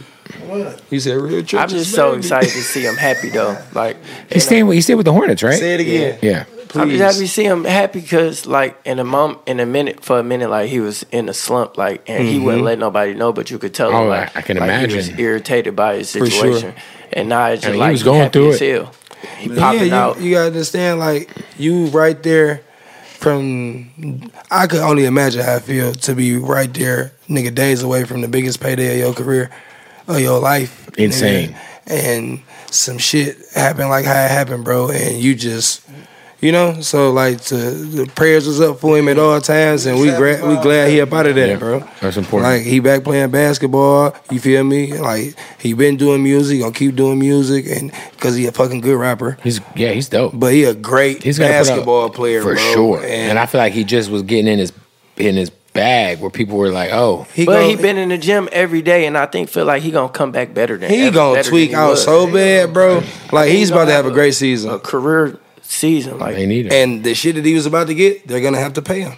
Speaker 3: What?
Speaker 5: You said real trench.
Speaker 2: I'm just so excited to see him happy though. Like
Speaker 1: He stayed. with- He stayed with the Hornets, right?
Speaker 5: *laughs* Say it again.
Speaker 1: Yeah.
Speaker 2: I'm
Speaker 5: Please.
Speaker 2: just happy to see him happy because, like, in a mom, in a minute, for a minute, like he was in a slump, like, and he
Speaker 5: Mm-hmm.
Speaker 2: wouldn't let nobody know, but you could tell.
Speaker 1: Oh,
Speaker 2: him, like,
Speaker 1: I- I can
Speaker 2: like, He was
Speaker 1: imagine.
Speaker 2: irritated by his
Speaker 5: For sure.
Speaker 2: situation, and now it's just
Speaker 1: And he
Speaker 2: like
Speaker 1: was going
Speaker 2: happy
Speaker 1: through
Speaker 2: as
Speaker 1: it.
Speaker 2: Hell. He popping
Speaker 5: you,
Speaker 2: out.
Speaker 5: you gotta understand, like you right there from I could only imagine how I feel to be right there, nigga, days away from the biggest payday of your career, of your life. nigga.
Speaker 1: Insane.
Speaker 5: And some shit happened like how it happened, bro, and you just you know, so like to, the prayers was up for him at all times, and we gra- we glad he up out of that,
Speaker 1: Yeah,
Speaker 5: bro.
Speaker 1: that's important.
Speaker 5: Like he back playing basketball, you feel me? Like he been doing music, gonna keep doing music, and because he a fucking good rapper.
Speaker 1: He's yeah, he's dope.
Speaker 5: But he a great
Speaker 1: He's gonna put up
Speaker 5: basketball player
Speaker 1: for
Speaker 5: bro.
Speaker 1: sure. And,
Speaker 5: And,
Speaker 1: I feel like he just was getting in his in his bag where people were like, "Oh,
Speaker 5: he
Speaker 2: but
Speaker 5: gon-
Speaker 2: he been in the gym every day, and I think feel like he gonna come back better than
Speaker 5: he
Speaker 2: ever,
Speaker 5: gonna
Speaker 2: better than
Speaker 5: tweak
Speaker 2: he
Speaker 5: out
Speaker 2: was.
Speaker 5: so bad, bro. Like he's about to
Speaker 2: gonna
Speaker 5: have a
Speaker 2: have
Speaker 5: great
Speaker 2: a
Speaker 5: season.
Speaker 2: career season. Like
Speaker 1: they need it."
Speaker 5: And the shit that he was about to get, they're gonna have to pay him.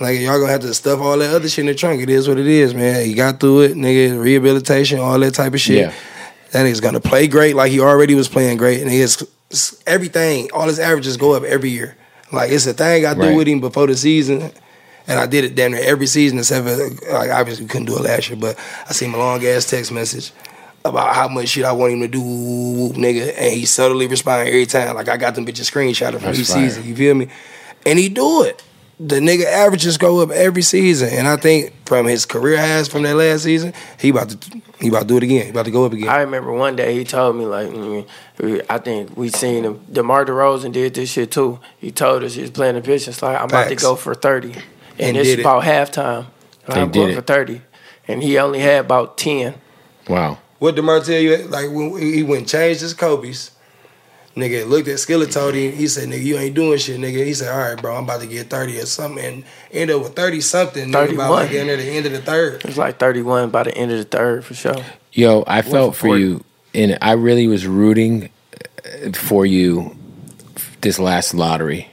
Speaker 5: Like y'all gonna have to stuff all that other shit in the trunk. It is what it is, man. He got through it, nigga. Rehabilitation, all that type of shit.
Speaker 1: Yeah.
Speaker 5: That nigga's gonna play great, like he already was playing great, and his his- everything, all his averages go up every year. Like it's a thing I do
Speaker 1: Right.
Speaker 5: with him before the season, and I did it damn near every season except for like obviously we couldn't do it last year, but I seen a long ass text message about how much shit I want him to do, nigga, and he subtly responded every time. Like I got them bitches screenshotted from
Speaker 1: That's
Speaker 5: each
Speaker 1: fire.
Speaker 5: season. You feel me? And he do it. The nigga averages go up every season, and I think from his career highs from that last season, he about to he about to do it again. He about to go up again.
Speaker 2: I remember one day he told me like, mm, we- I think we seen him. Demar Derozan did this shit too. He told us he was playing the pitch. It's like I'm about to
Speaker 5: Facts.
Speaker 2: go for thirty, and,
Speaker 5: And
Speaker 2: it's
Speaker 5: did it.
Speaker 2: about halftime. Like,
Speaker 1: They
Speaker 2: I'm
Speaker 1: did
Speaker 2: going
Speaker 1: it.
Speaker 2: for thirty, and he only had about ten.
Speaker 1: wow,
Speaker 5: What Demar tell you? Like when he went and changed his Kobe's, nigga looked at Skillet told him he said, "Nigga, you ain't doing shit, nigga." He said, "All right, bro, I'm about to get thirty or something," and end up with thirty something. Nigga,
Speaker 2: 31.
Speaker 5: about like down near the end of the third.
Speaker 2: It was like thirty-one by the end of the third for sure.
Speaker 1: yo, I felt for
Speaker 2: Fort-
Speaker 1: you, and I really was rooting uh, for you this last lottery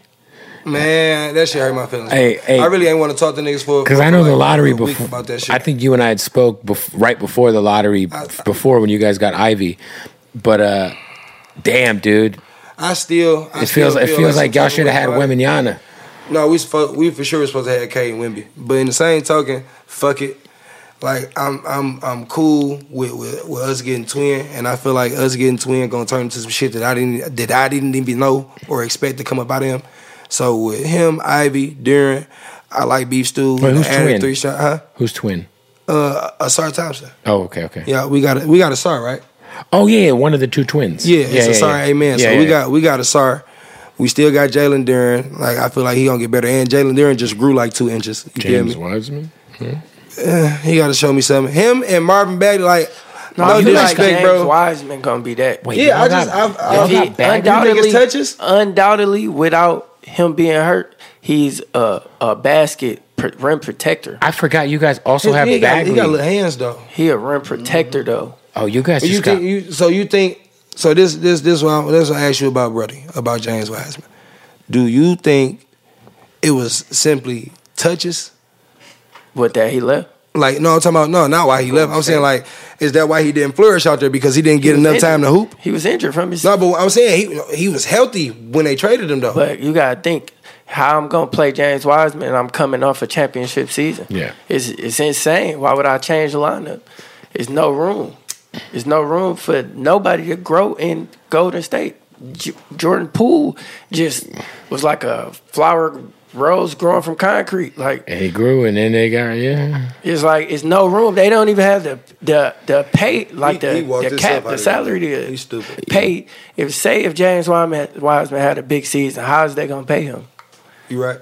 Speaker 5: Man, that shit hurt my feelings.
Speaker 1: Hey, hey.
Speaker 5: I really ain't want to talk to niggas for
Speaker 1: because I know
Speaker 5: for
Speaker 1: the
Speaker 5: like
Speaker 1: lottery
Speaker 5: a week
Speaker 1: before.
Speaker 5: about that shit.
Speaker 1: I think you and I had spoke bef- right before the lottery,
Speaker 5: I-
Speaker 1: before when you guys got Ivy, but uh, damn, dude,
Speaker 5: I still. I
Speaker 1: it
Speaker 5: still
Speaker 1: feels it
Speaker 5: feel
Speaker 1: feels
Speaker 5: some
Speaker 1: like y'all
Speaker 5: type of
Speaker 1: should have
Speaker 5: way
Speaker 1: had
Speaker 5: about it.
Speaker 1: women Yana.
Speaker 5: No, we supposed, we for sure was supposed to have Kate and Wimby. But in the same token, fuck it. Like I'm I'm I'm cool with, with, with us getting twin, and I feel like us getting twin gonna turn into some shit that I didn't that I didn't even know or expect to come about him. So with him, Ivy, Darren, I like beef stew.
Speaker 1: Wait, who's
Speaker 5: I added
Speaker 1: twin?
Speaker 5: Three shot, huh?
Speaker 1: Who's twin?
Speaker 5: Uh, Asar Thompson.
Speaker 1: Oh, okay, okay.
Speaker 5: Yeah, we got a, we got a Asar right.
Speaker 1: Oh yeah, one of the two twins.
Speaker 5: Yeah, it's a sorry amen.
Speaker 1: Yeah,
Speaker 5: so
Speaker 1: yeah,
Speaker 5: we
Speaker 1: yeah.
Speaker 5: got we got a sorry. We still got Jalen Duran. Like I feel like he gonna get better. And Jalen Duran just grew like two inches. You feel
Speaker 1: James
Speaker 5: me?
Speaker 1: Wiseman.
Speaker 5: *laughs* He gotta show me something. Him and Marvin Bagley, like no,
Speaker 2: I feel like
Speaker 5: disrespect,
Speaker 2: James
Speaker 5: bro.
Speaker 2: Wiseman gonna be that.
Speaker 1: Wait,
Speaker 5: yeah,
Speaker 1: y'all
Speaker 5: I just
Speaker 1: got-
Speaker 5: I've,
Speaker 1: y'all
Speaker 5: I've,
Speaker 2: He
Speaker 1: got Bagley?
Speaker 2: undoubtedly
Speaker 5: You niggas touches?
Speaker 2: undoubtedly without him being hurt, he's a, a basket pr- rim protector.
Speaker 1: I forgot you guys also have
Speaker 5: he, got,
Speaker 1: Bagley.
Speaker 5: he got little hands though.
Speaker 2: He a rim protector though.
Speaker 1: oh, you guys
Speaker 5: But you
Speaker 1: just got.
Speaker 5: think you so you think so this this this one this what I asked you about Brody about James Wiseman. Do you think it was simply touches?
Speaker 2: With that he left.
Speaker 5: Like no, I'm talking about no, not why he left. I'm saying like, is that why he didn't flourish out there because he didn't get enough time to hoop?
Speaker 2: He was injured from his.
Speaker 5: No, but I'm saying he he was healthy when they traded him though.
Speaker 2: But you gotta think how I'm gonna play James Wiseman. and I'm coming off a championship season.
Speaker 1: Yeah.
Speaker 2: it's it's insane. Why would I change the lineup? It's no room. There's no room for nobody to grow in Golden State. J- Jordan Poole just was like a flower rose growing from concrete. Like
Speaker 1: and he grew, and then they got yeah.
Speaker 2: It's like it's no room. They don't even have the the the pay like
Speaker 5: He-
Speaker 2: the,
Speaker 5: he walked
Speaker 2: the
Speaker 5: himself
Speaker 2: cap,
Speaker 5: out
Speaker 2: the
Speaker 5: of
Speaker 2: salary
Speaker 5: there.
Speaker 2: to
Speaker 5: He's stupid.
Speaker 2: pay. If say if James Wiseman, Wiseman had a big season, how is they gonna pay him?
Speaker 5: You right.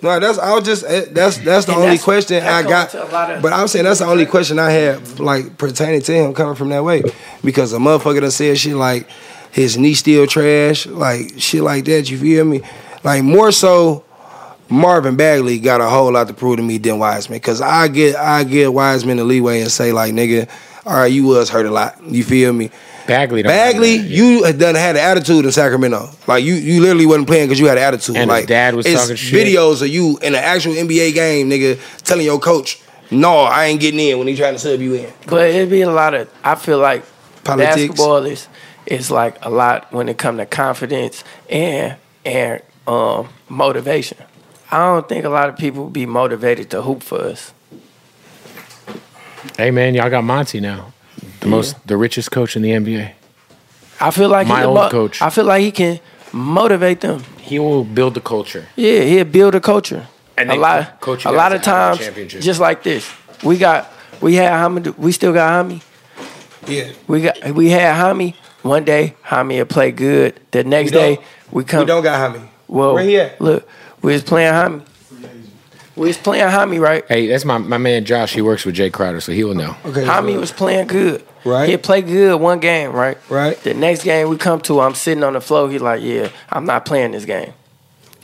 Speaker 5: No, that's I'll just eh, that's that's the
Speaker 2: And
Speaker 5: only
Speaker 2: that's-
Speaker 5: question
Speaker 2: that
Speaker 5: I
Speaker 2: goes
Speaker 5: got.
Speaker 2: to a lot of-
Speaker 5: But I'm saying that's the only question I have like pertaining to him coming from that way, because a motherfucker done said shit like his knee still trash, like shit like that. You feel me? Like more so, Marvin Bagley got a whole lot to prove to me than Wiseman, because I get I get Wiseman the leeway and say like nigga, all right, you was hurt a lot. You feel me?
Speaker 1: Bagley. Don't
Speaker 5: Bagley,
Speaker 1: have that.
Speaker 5: you had done had an attitude in Sacramento. Like you, you literally wasn't playing because you had an attitude.
Speaker 1: And his
Speaker 5: like
Speaker 1: dad was
Speaker 5: it's
Speaker 1: talking shit.
Speaker 5: Videos of you in an actual NBA game, nigga, telling your coach, "No, I ain't getting in" when he trying to sub you in.
Speaker 2: But it'd be a lot of. I feel like
Speaker 5: Politics.
Speaker 2: basketball is is like a lot when it comes to confidence and and um, motivation. I don't think a lot of people be motivated to hoop for us.
Speaker 1: Hey man, y'all got Monty now, the most, the richest coach in the NBA.
Speaker 2: I feel like
Speaker 1: My
Speaker 2: he can
Speaker 1: old
Speaker 2: mo-
Speaker 1: coach.
Speaker 2: I feel like he can motivate them. He
Speaker 1: he will build the culture.
Speaker 2: Yeah, he'll build a culture.
Speaker 1: And
Speaker 2: a
Speaker 1: then
Speaker 2: lot,
Speaker 1: co- coach you
Speaker 2: a
Speaker 1: guys
Speaker 2: lot
Speaker 1: to
Speaker 2: of
Speaker 1: have a
Speaker 2: times,
Speaker 1: championship.
Speaker 2: just like this, we got, we had Hami, we still got Hami.
Speaker 5: Yeah.
Speaker 2: We got, we had Hami. One day, Hami will play good. The next
Speaker 5: don't-
Speaker 2: day, we come.
Speaker 5: We don't got Hami.
Speaker 2: Whoa,
Speaker 5: Where he at?
Speaker 2: look, we was playing Hami. We was playing Hami, right?
Speaker 1: Hey, that's my, my man Josh. He works with Jay Crowder, so he will know.
Speaker 5: Okay.
Speaker 2: Hami was playing good.
Speaker 5: Right.
Speaker 2: He'd play good one game, right?
Speaker 5: Right.
Speaker 2: The next game we come to, I'm sitting on the floor. He like, yeah, I'm not playing this game.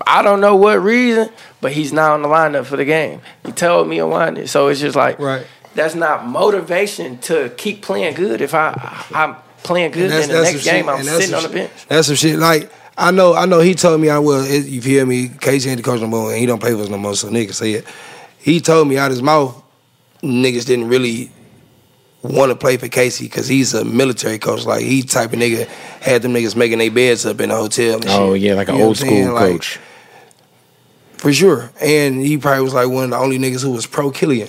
Speaker 2: I don't know what reason, but he's not on the lineup for the game. He told me unwind it. So it's just like,
Speaker 5: Right.
Speaker 2: that's not motivation to keep playing good. If I, I I'm playing good, then the
Speaker 5: that's
Speaker 2: next
Speaker 5: some
Speaker 2: game
Speaker 5: shit-
Speaker 2: I'm
Speaker 5: and that's
Speaker 2: sitting on
Speaker 5: some
Speaker 2: the bench.
Speaker 5: shit- That's some shit. Like I know, I know. He told me I will. It, you feel me? Casey ain't the coach no more, and he don't play for us no more. So niggas say it. He told me out his mouth, niggas didn't really want to play for Casey because he's a military coach. Like he type of nigga had them niggas making their beds up in the hotel. And
Speaker 1: Oh
Speaker 5: shit.
Speaker 1: yeah, like an
Speaker 5: You know
Speaker 1: old
Speaker 5: what I'm saying?
Speaker 1: school
Speaker 5: Like,
Speaker 1: coach.
Speaker 5: for sure. And he probably was like one of the only niggas who was pro Killian.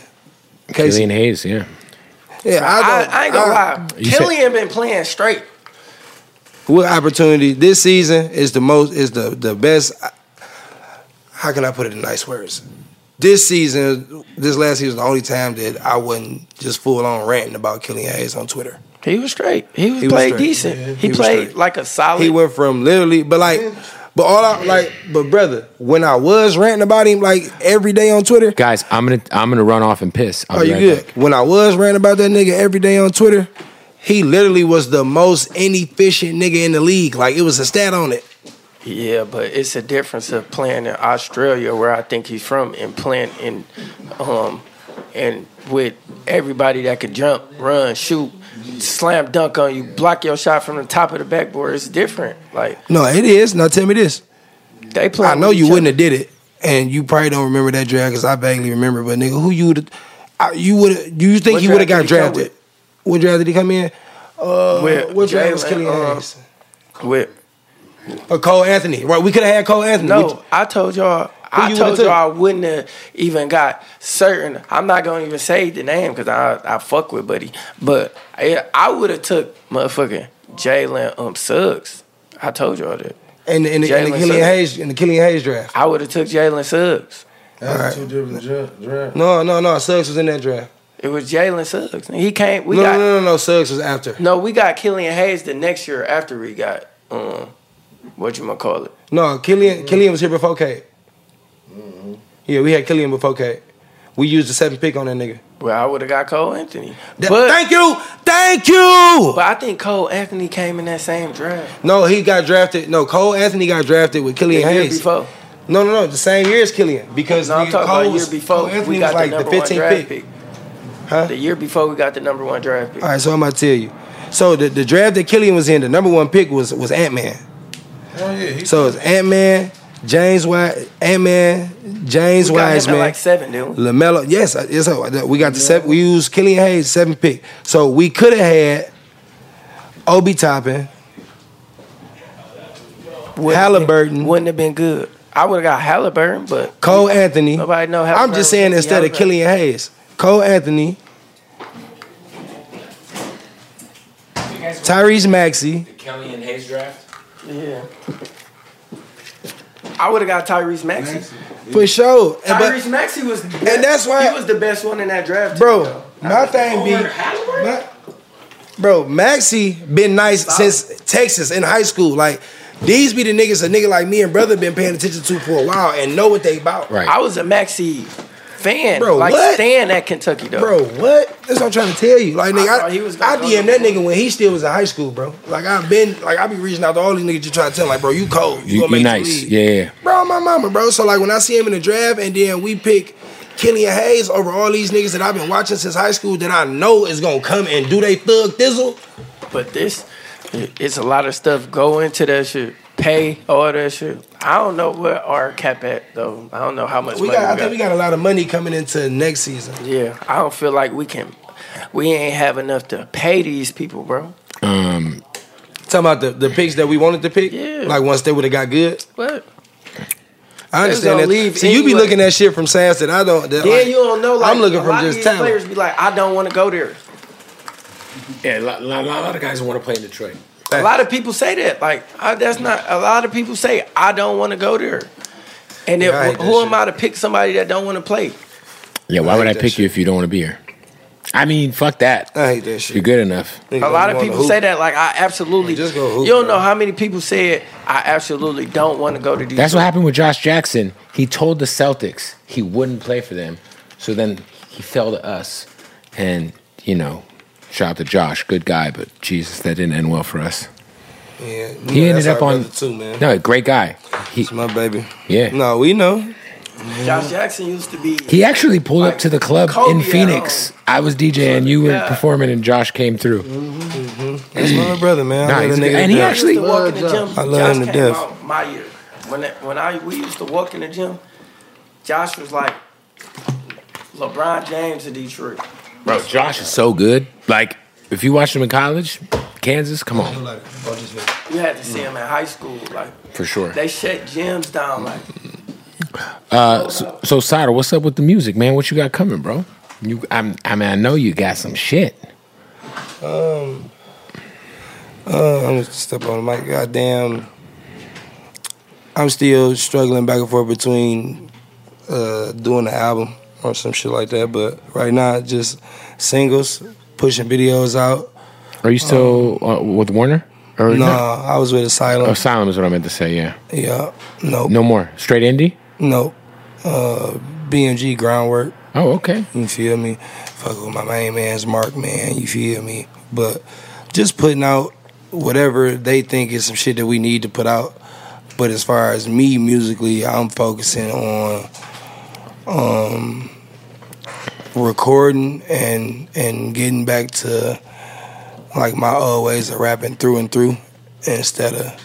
Speaker 5: Casey,
Speaker 1: Killian Hayes, yeah.
Speaker 5: yeah,
Speaker 2: I,
Speaker 5: don't-
Speaker 2: I ain't gonna
Speaker 5: I-
Speaker 2: lie.
Speaker 1: You said-
Speaker 2: Killian been playing straight.
Speaker 5: What opportunity this season is the most is the the best? How can I put it in nice words? This season, this last season, was the only time that I wasn't just full on ranting about Killian Hayes on Twitter.
Speaker 2: He was straight. He was
Speaker 5: He was
Speaker 2: played
Speaker 5: straight.
Speaker 2: decent.
Speaker 5: Yeah,
Speaker 2: he,
Speaker 5: he was
Speaker 2: played
Speaker 5: straight.
Speaker 2: like a solid.
Speaker 5: He went from literally, but like, but all I like, but brother, when I was ranting about him like every day on Twitter,
Speaker 1: Guys, I'm gonna I'm gonna run off and piss. I'll
Speaker 5: Are
Speaker 1: be
Speaker 5: you
Speaker 1: right
Speaker 5: good?
Speaker 1: back.
Speaker 5: When I was ranting about that nigga every day on Twitter, he literally was the most inefficient nigga in the league. Like it was a stat on it.
Speaker 2: Yeah, but it's a difference of playing in Australia, where I think he's from, and playing in, um, and with everybody that could jump, run, shoot, slam dunk on you, block your shot from the top of the backboard. It's different. Like
Speaker 5: No, it is. Now tell me this.
Speaker 2: they play.
Speaker 5: I know
Speaker 2: with
Speaker 5: you
Speaker 2: each
Speaker 5: wouldn't
Speaker 2: other.
Speaker 5: have did it, and you probably don't remember that draft because I vaguely remember. But nigga, who you would? You would? You think
Speaker 2: What
Speaker 5: you would have
Speaker 2: draft
Speaker 5: got
Speaker 2: did he come
Speaker 5: drafted? What draft did he come in? Uh,
Speaker 2: With
Speaker 5: what draft was
Speaker 2: Jalen,
Speaker 5: Killian
Speaker 2: uh,
Speaker 5: Hayes?
Speaker 2: With
Speaker 5: Or Cole Anthony? Right? We could have had Cole Anthony. Would
Speaker 2: no,
Speaker 5: you-
Speaker 2: I told y'all.
Speaker 5: you
Speaker 2: I
Speaker 5: would've
Speaker 2: told
Speaker 5: took?
Speaker 2: y'all I wouldn't have even got certain. I'm not gonna even say the name because I I fuck with buddy, but I, I would have took motherfucking Jalen um Suggs. I told y'all that.
Speaker 5: and and, and, the
Speaker 2: Jalen
Speaker 5: Killian
Speaker 2: Suggs.
Speaker 5: Hayes and the Killian Hayes draft.
Speaker 2: I would have took Jalen Suggs.
Speaker 3: That's two different dra- draft.
Speaker 5: No, no, no. Suggs was in that draft.
Speaker 2: It was Jalen Suggs. And He came. We
Speaker 5: no,
Speaker 2: got
Speaker 5: no,
Speaker 2: no,
Speaker 5: no, no, no. Suggs was after.
Speaker 2: We got Killian Hayes the next year after we got um, what you gonna call it?
Speaker 5: No,
Speaker 2: Mm-hmm.
Speaker 5: Killian Killian was here before Kate. Yeah, we had Killian before Kate. We used the seventh pick on that nigga.
Speaker 2: Well, I would have got Cole Anthony.
Speaker 5: Th-
Speaker 2: but
Speaker 5: thank you, thank you.
Speaker 2: but I think Cole Anthony came in that same draft
Speaker 5: No, he got drafted. No, Cole Anthony got drafted with
Speaker 2: the
Speaker 5: Killian
Speaker 2: year
Speaker 5: Hayes.
Speaker 2: before.
Speaker 5: No, no, no, the same year as Killian because
Speaker 2: No, I'm
Speaker 5: nigga,
Speaker 2: talking
Speaker 5: Cole
Speaker 2: about the year
Speaker 5: was,
Speaker 2: before
Speaker 5: Cole Anthony
Speaker 2: we got
Speaker 5: was like
Speaker 2: the
Speaker 5: the
Speaker 2: number one
Speaker 5: 15th
Speaker 2: draft
Speaker 5: pick.
Speaker 2: pick.
Speaker 5: Huh?
Speaker 2: The year before we got the number one draft pick.
Speaker 5: All right, so I'm about to tell you. So the, the draft that Killian was in, the number one pick was was Ant Man.
Speaker 3: Oh yeah, he
Speaker 5: So it's Ant Man, James White, Ant Man, James
Speaker 2: we got him at
Speaker 5: Wiseman.
Speaker 2: like seven, didn't we?
Speaker 5: Lamelo, yes, uh, yes. uh, that- We got the seven. We used Killian Hayes seven pick, so we could have had Obi Toppin, Halliburton,
Speaker 2: Wouldn't have been good. I would have got Halliburton, but
Speaker 5: Cole Anthony.
Speaker 2: Nobody know
Speaker 5: I'm
Speaker 2: Halliburton
Speaker 5: just saying
Speaker 2: was
Speaker 5: instead of
Speaker 2: Halliburton.
Speaker 5: Killian Hayes, Cole Anthony, Tyrese Maxey.
Speaker 1: Killian Hayes draft.
Speaker 2: yeah. I would have got Tyrese Maxey.
Speaker 5: For sure. And but-
Speaker 2: Tyrese Maxey was,
Speaker 5: And that's why-
Speaker 2: he was the best one in that draft,
Speaker 5: bro, my thing be. my- Bro, Maxie been nice since Texas in high school. Like, these be the niggas a nigga like me and brother been paying attention to for a while and know what they about.
Speaker 1: Right.
Speaker 2: I was a Maxey fan,
Speaker 5: Bro,
Speaker 2: like
Speaker 5: what?
Speaker 2: staying at Kentucky though.
Speaker 5: Bro, what? That's what I'm trying to tell you. Like, nigga,
Speaker 2: I
Speaker 5: I,
Speaker 2: thought
Speaker 5: I,
Speaker 2: he was gonna go
Speaker 5: DM that
Speaker 2: to-
Speaker 5: nigga when he still was in high school, bro. Like, I've been, like, I be reaching out to all these niggas just trying to tell them, like, bro, you cold.
Speaker 1: You,
Speaker 5: You, gonna
Speaker 1: you
Speaker 5: make
Speaker 1: nice.
Speaker 5: the league.
Speaker 1: Yeah, yeah.
Speaker 5: Bro, my mama, bro. So, like, when I see him in the draft and then we pick Killian Hayes over all these niggas that I've been watching since high school that I know is gonna come and do they thug thizzle.
Speaker 2: but this, it's a lot of stuff go into that shit. Pay all that shit. I don't know where our cap at though. I don't know how much
Speaker 5: We
Speaker 2: money
Speaker 5: got, I
Speaker 2: we got.
Speaker 5: think we got a lot of money coming into next season.
Speaker 2: Yeah, I don't feel like we can. We ain't have enough to pay these people, bro.
Speaker 1: Um,
Speaker 5: Talking about the, the picks that we wanted to pick,
Speaker 2: Yeah.
Speaker 5: like once they would have got good.
Speaker 2: But
Speaker 5: I
Speaker 2: They was
Speaker 5: understand
Speaker 2: gonna
Speaker 5: that.
Speaker 2: leave
Speaker 5: so you be
Speaker 2: anyway.
Speaker 5: looking at shit from sides that I don't. That
Speaker 2: then
Speaker 5: like,
Speaker 2: you don't know. Like
Speaker 5: I'm looking
Speaker 2: a
Speaker 5: from
Speaker 2: lot of
Speaker 5: just
Speaker 2: these
Speaker 5: talent.
Speaker 2: players be like, I don't want to go there.
Speaker 1: yeah, a lot, lot- lot of guys want to play in Detroit.
Speaker 2: A lot of people say that. Like I, that's not. A lot of people say I don't want to go there. And
Speaker 3: Yeah, I
Speaker 2: then
Speaker 3: hate
Speaker 2: wh-
Speaker 3: that
Speaker 2: who
Speaker 3: shit.
Speaker 2: am I to pick somebody that don't want to play?
Speaker 1: Yeah, why would
Speaker 3: hate
Speaker 1: I
Speaker 3: that
Speaker 1: pick you if you don't want to be here? I mean, fuck that.
Speaker 3: I hate that shit.
Speaker 1: You're good enough.
Speaker 2: A lot of people say that. Like I absolutely
Speaker 3: Just go hoop,
Speaker 2: You don't know
Speaker 3: bro.
Speaker 2: how many people said I absolutely don't want to go to these.
Speaker 1: That's what happened with Josh Jackson. He told the Celtics he wouldn't play for them. So then he fell to us. And, you know, shout out to Josh. Good guy, but Jesus, that didn't end well for us.
Speaker 3: Yeah,
Speaker 1: He ended up on.
Speaker 3: two man.
Speaker 1: No, a great guy. He,
Speaker 3: It's my baby.
Speaker 1: yeah.
Speaker 3: No, we know.
Speaker 2: Josh Jackson used to be.
Speaker 1: He actually pulled up to the club
Speaker 2: Kobe
Speaker 1: in
Speaker 2: at
Speaker 1: Phoenix. I was DJing, you were
Speaker 2: Yeah.
Speaker 1: performing, and Josh came through.
Speaker 3: That's my brother, man.
Speaker 1: Nah,
Speaker 3: I love
Speaker 1: he's
Speaker 3: that
Speaker 1: a
Speaker 3: nigga
Speaker 1: good-
Speaker 3: to
Speaker 1: and he
Speaker 3: death.
Speaker 1: actually-
Speaker 2: used to walk in the gym.
Speaker 3: I love
Speaker 2: Josh
Speaker 3: him to
Speaker 2: came
Speaker 3: death.
Speaker 2: out my year. When that, when I we used to walk in the gym, Josh was like LeBron James of Detroit.
Speaker 1: Bro, Josh is so good. Like, if you watched him in college, Kansas, come on,
Speaker 2: You had to see him in high school. Like
Speaker 1: for sure.
Speaker 2: they shut gyms down. Like
Speaker 1: Uh,
Speaker 2: Oh,
Speaker 1: So, Sada, what's up with the music, man? What you got coming, bro? You, I'm, I mean, I know you got some shit.
Speaker 3: Uh, I'm gonna step on the mic. Goddamn. I'm still struggling back and forth between uh, doing an album or some shit like that, but right now just singles, pushing videos out.
Speaker 1: Are you still uh, with Warner? Or
Speaker 3: No, I was with Asylum.
Speaker 1: Asylum is what I meant to say. Yeah,
Speaker 3: Yeah, nope,
Speaker 1: no more straight indie.
Speaker 3: nope. Uh, BMG groundwork.
Speaker 1: Oh, okay.
Speaker 3: You feel me? Fuck with my main man's Mark, man. You feel me? But just putting out whatever they think is some shit that we need to put out. But as far as me musically, I'm focusing on um, recording and and getting back to like my old ways of rapping through and through instead of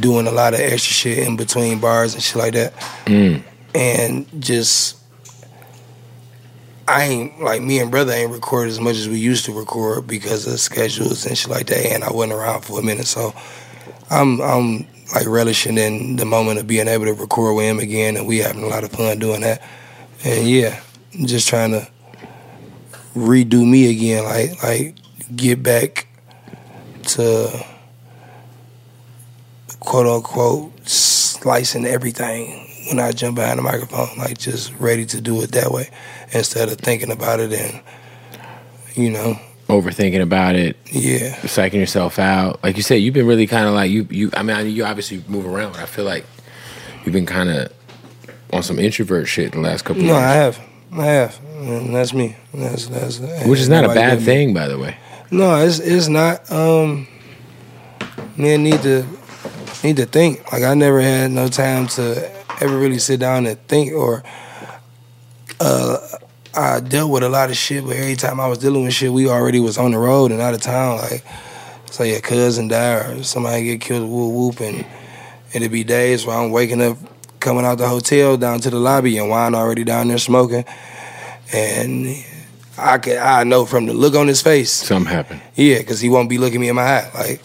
Speaker 3: doing a lot of extra shit in between bars and shit like that. And just I ain't like me and brother ain't record as much as we used to record because of schedules and shit like that. And I wasn't around for a minute, so I'm I'm like relishing in the moment of being able to record with him again, and we having a lot of fun doing that. And yeah, just trying to redo me again, like like get back to quote unquote slicing everything when I jump behind the microphone, like just ready to do it that way instead of thinking about it and you know
Speaker 1: Overthinking about it,
Speaker 3: yeah
Speaker 1: psyching yourself out. Like you said, you've been really kind of like you. You, I mean, I- you obviously move around, but I feel like you've been kind of on some introvert shit the last couple.
Speaker 3: no
Speaker 1: of
Speaker 3: i
Speaker 1: years.
Speaker 3: have i have and that's me that's that's
Speaker 1: which is not a
Speaker 3: nobody
Speaker 1: bad
Speaker 3: get me.
Speaker 1: thing, by the way.
Speaker 3: no it's it's not um man need to need to think like i never had no time to ever really sit down and think or uh i dealt with a lot of shit but every time i was dealing with shit we already was on the road and out of town like so your cousin die or somebody get killed whoop whoop and it'd be days where i'm waking up coming out the hotel down to the lobby and wine already down there smoking and i could i know from the look on his face
Speaker 1: Something happened.
Speaker 3: yeah, because he won't be looking me in my eye. Like,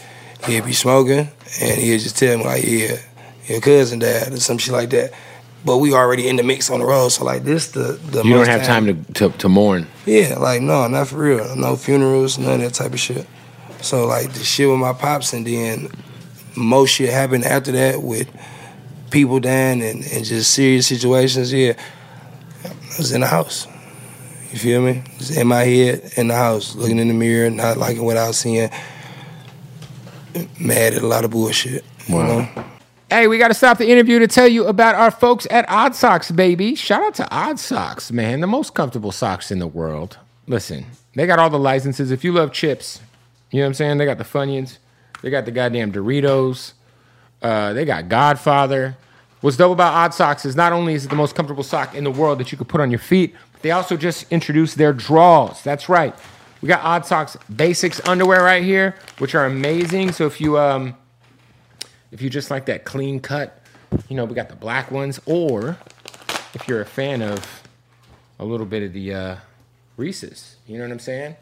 Speaker 3: he'd be smoking and he'd just tell me, like, yeah, your cousin died or some shit like that. But we already in the mix on the road, so like this the the
Speaker 1: You
Speaker 3: most
Speaker 1: don't have time to, to, to mourn.
Speaker 3: yeah like no not for real no funerals none of that type of shit so like the shit with my pops and then most shit happened after that with people dying and, and just serious situations yeah I was in the house you feel me Just in my head in the house looking in the mirror not liking what I was seeing mad at a lot of bullshit you know?
Speaker 1: Hey, we got to stop the interview to tell you about our folks at Odd Socks, baby. Shout out to Odd Socks, man, the most comfortable socks in the world. Listen, they got all the licenses. If you love chips, you know what I'm saying? They got the Funyuns, they got the goddamn Doritos, uh, they got Godfather. What's dope about Odd Socks is not only is it the most comfortable sock in the world that you could put on your feet, but they also just introduced their draws. That's right. We got Odd Socks Basics underwear right here, which are amazing. So if you um, if you just like that clean cut, you know, we got the black ones, or if you're a fan of a little bit of the uh, Reese's, you know what I'm saying?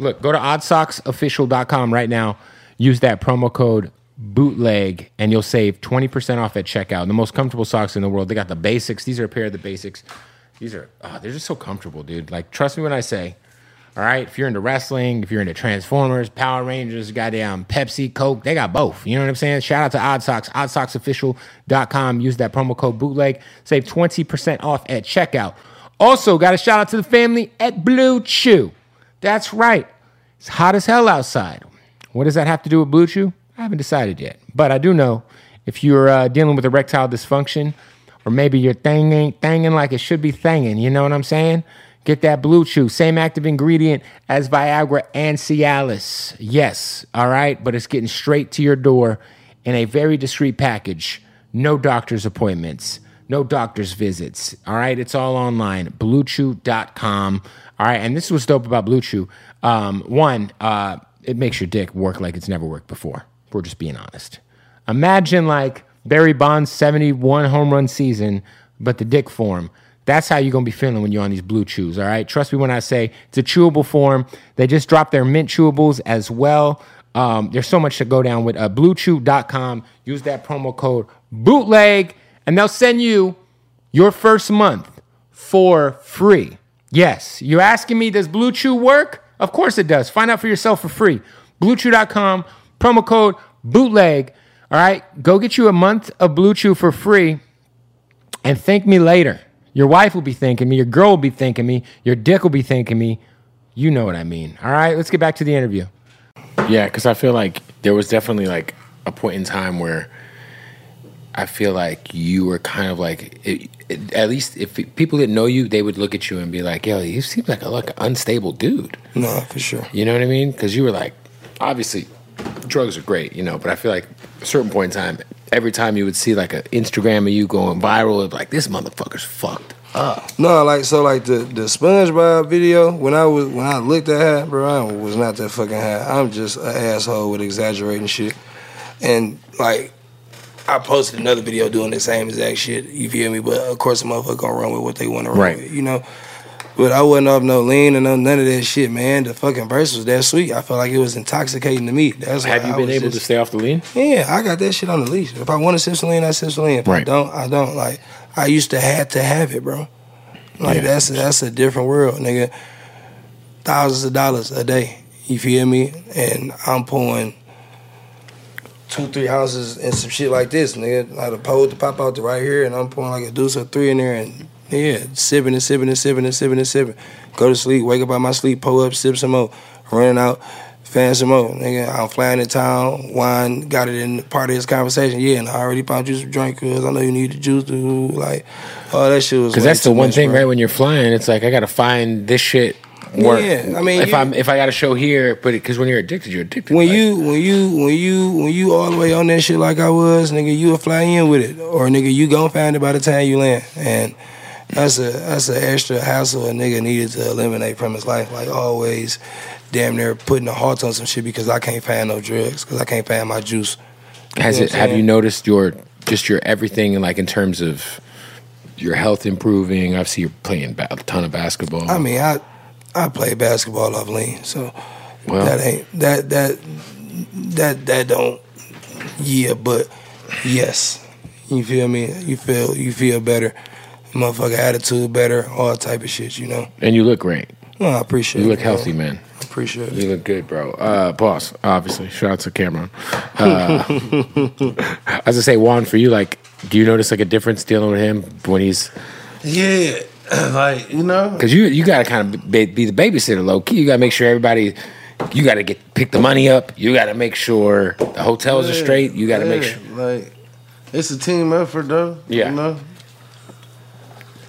Speaker 1: Look, go to oddsocksofficial.com right now. Use that promo code bootleg and you'll save 20% off at checkout. The most comfortable socks in the world. They got the ah, basics. These are a pair of the basics. These are, oh, they're just so comfortable, dude. Like, trust me when I say, All right. If you're into wrestling, if you're into Transformers, Power Rangers, goddamn Pepsi, Coke, they got both. You know what I'm saying? Shout out to Odd Socks, oddsocksofficial.com. Use that promo code bootleg. Save 20% off at checkout. Also, got a shout out to the family at Blue Chew. That's right. It's hot as hell outside. What does that have to do with Blue Chew? I haven't decided yet. But I do know if you're uh, dealing with erectile dysfunction, or maybe your thing ain't thanging like it should be thanging. You know what I'm saying? Get that Blue Chew, same active ingredient as Viagra and Cialis. Yes, all right, but it's getting straight to your door in a very discreet package. No doctor's appointments, no doctor's visits. All right, it's all online. BlueChew.com. All right, and this is what's dope about Blue Chew. Um, one, uh, it makes your dick work like it's never worked before. We're just being honest. Imagine like Barry Bonds' 71 home run season, but the dick form. That's how you're gonna be feeling when you're on these blue chews, all right? Trust me when I say it's a chewable form. They just dropped their mint chewables as well. Um, there's so much to go down with. Uh, BlueChew.com. Use that promo code bootleg, and they'll send you your first month for free. Yes, you're asking me, does Blue Chew work? Of course it does. Find out for yourself for free. BlueChew.com, promo code bootleg. All right, go get you a month of Blue Chew for free and thank me later. Your wife will be thanking me, your girl will be thanking me, your dick will be thanking me. You know what I mean. All right, let's get back to the interview. Yeah, because I feel like there was definitely like a point in time where I feel like you were kind of like, it, it- at least if people didn't know you, they would look at you and be like, "Yo, you seem like a like an unstable dude."
Speaker 3: No, for sure.
Speaker 1: You know what I mean? Because you were like, obviously, drugs are great, you know. But I feel like at a certain point in time, every time you would see like an Instagram of you going viral, it'd be like this motherfucker's fucked.
Speaker 3: No, like so, like the the SpongeBob video. When I was when I looked at her, bro, I was not that fucking high. I'm just an asshole with exaggerating shit, and like I posted another video doing the same exact shit. You feel me? But of course, a motherfucker gonna run with what they want to run
Speaker 1: Right.
Speaker 3: with, you know. But I wasn't off no lean and no none of that shit, man. The fucking verse was that sweet. I felt like it was intoxicating to me. That's why
Speaker 1: Have you
Speaker 3: I
Speaker 1: been
Speaker 3: was
Speaker 1: able
Speaker 3: just-
Speaker 1: to stay off the lean?
Speaker 3: yeah, I got that shit on the leash. If I want to sip some lean, I sip some lean. If I
Speaker 1: Right.
Speaker 3: don't, I don't. Like I used to have to have it, bro. Like
Speaker 1: Yeah.
Speaker 3: that's that's a different world, nigga. Thousands of dollars a day. You feel me? And I'm pulling two, three ounces and some shit like this, nigga. Like a pole to pop out to right here, and I'm pouring like a deuce or three in there, and yeah, sipping and sipping and sipping and sipping and sipping. Go to sleep, wake up out my sleep, pull up, sip some more, running out. Fan some more, nigga. I'm flying to town. Wine got it in part of his conversation. Yeah, and I already found you some drink because I know you need the juice to like. Oh, that shit was.
Speaker 1: Because
Speaker 3: way
Speaker 1: that's the
Speaker 3: too
Speaker 1: one
Speaker 3: much,
Speaker 1: thing,
Speaker 3: bro.
Speaker 1: right? When you're flying, it's like I gotta find this shit. Work.
Speaker 3: Yeah, I mean,
Speaker 1: if
Speaker 3: you-
Speaker 1: I'm if I got a show here, but because when you're addicted, you're addicted.
Speaker 3: When
Speaker 1: like-
Speaker 3: you when you when you when you all the way on that shit like I was, nigga, you will fly in with it, or nigga, you gon' find it by the time you land, and that's a that's an extra hassle a nigga needed to eliminate from his life. Like always, damn near putting a halt on some shit because I can't find no drugs, because I can't find my juice.
Speaker 1: Has
Speaker 3: know
Speaker 1: it?
Speaker 3: what I'm
Speaker 1: Have you
Speaker 3: saying?
Speaker 1: noticed your just your everything like in terms of your health improving? Obviously, you're playing ba- a ton of basketball.
Speaker 3: I mean, I I play basketball off lean, so
Speaker 1: Well-
Speaker 3: that ain't that that that that don't. Yeah, but yes, you feel me. You feel you feel better. Motherfucker, attitude better, all type of shit. You know.
Speaker 1: and you look great.
Speaker 3: No, I appreciate.
Speaker 1: You
Speaker 3: it,
Speaker 1: look
Speaker 3: bro.
Speaker 1: healthy, man.
Speaker 3: I appreciate it.
Speaker 1: You look good, bro. Uh, boss, obviously. Shout out to Cameron. Uh, *laughs* as I say, Juan, for you, like, do you notice like a difference dealing with him when he's
Speaker 5: Yeah, *clears throat* like you know,
Speaker 1: because you you got to kind of be, be the babysitter low key. You got to make sure everybody. You got to get pick the money up. You got to make sure the hotels are
Speaker 5: Yeah,
Speaker 1: straight. You got to make
Speaker 5: yeah,
Speaker 1: sure.
Speaker 5: Like, it's a team effort, though.
Speaker 1: Yeah.
Speaker 5: You know?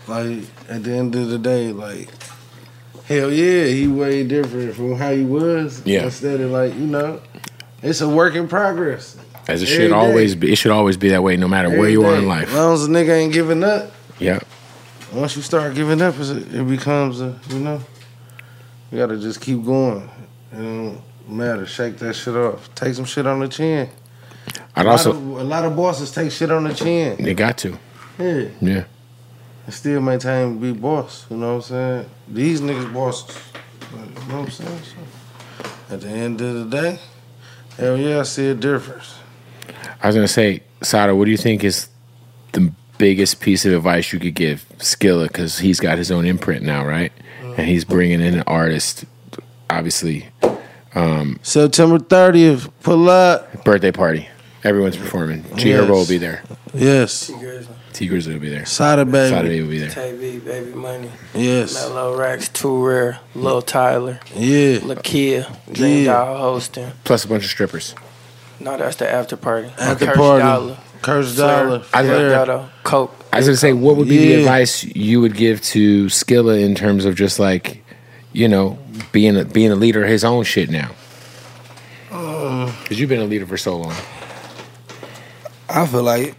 Speaker 5: Like, at the end of the day, like, hell yeah, he way different from how he was.
Speaker 1: Yeah.
Speaker 5: Instead of, like, you know, it's a work in progress.
Speaker 1: As it
Speaker 5: Every
Speaker 1: should
Speaker 5: day.
Speaker 1: always be. It should always be that way, no matter where you are in
Speaker 5: Everything.
Speaker 1: life.
Speaker 5: As long as a nigga ain't giving up,
Speaker 1: yeah.
Speaker 5: once you start giving up, it's a, it becomes a, you know, you gotta just keep going. It don't matter. Shake that shit off. Take some shit on the chin.
Speaker 1: I'd
Speaker 5: A lot of-
Speaker 1: also.
Speaker 5: a lot of bosses take shit on the chin.
Speaker 1: They got to.
Speaker 5: Yeah.
Speaker 1: Yeah.
Speaker 5: and still maintain to be boss. You know what I'm saying? These niggas bosses. Like, you know what I'm saying? So, at the end of the day, hell yeah, I see a difference.
Speaker 1: I was gonna say, Sada, what do you think is the biggest piece of advice you could
Speaker 5: Mm-hmm.
Speaker 1: give Skilla because he's got his own imprint now, right? And he's bringing in an artist obviously
Speaker 5: September 30th, pull up.
Speaker 1: birthday party. Everyone's performing. G
Speaker 5: Yes.
Speaker 1: Herbo will be there.
Speaker 5: Yes.
Speaker 1: T Grizzly will be there.
Speaker 5: Sada baby.
Speaker 1: Saturday will be there.
Speaker 2: KB, Baby Money,
Speaker 5: Yes.
Speaker 2: Mellow Racks, Too Rare, Lil Tyler,
Speaker 5: Yeah.
Speaker 2: Lakia, Dream
Speaker 5: Yeah.
Speaker 2: Doll hosting.
Speaker 1: Plus a bunch of strippers.
Speaker 2: No, that's the after party.
Speaker 5: At the
Speaker 2: Curse
Speaker 5: party.
Speaker 2: Dollar,
Speaker 5: Curse
Speaker 2: Flair,
Speaker 5: Dollar.
Speaker 1: I
Speaker 2: Flair
Speaker 1: love-
Speaker 2: Dotto, Coke.
Speaker 1: I was gonna say, what would be the
Speaker 5: Yeah.
Speaker 1: advice you would give to Skilla in terms of just like, you know, being a, being a leader of his own shit now? Because Uh, you've been a leader for so long.
Speaker 3: I feel like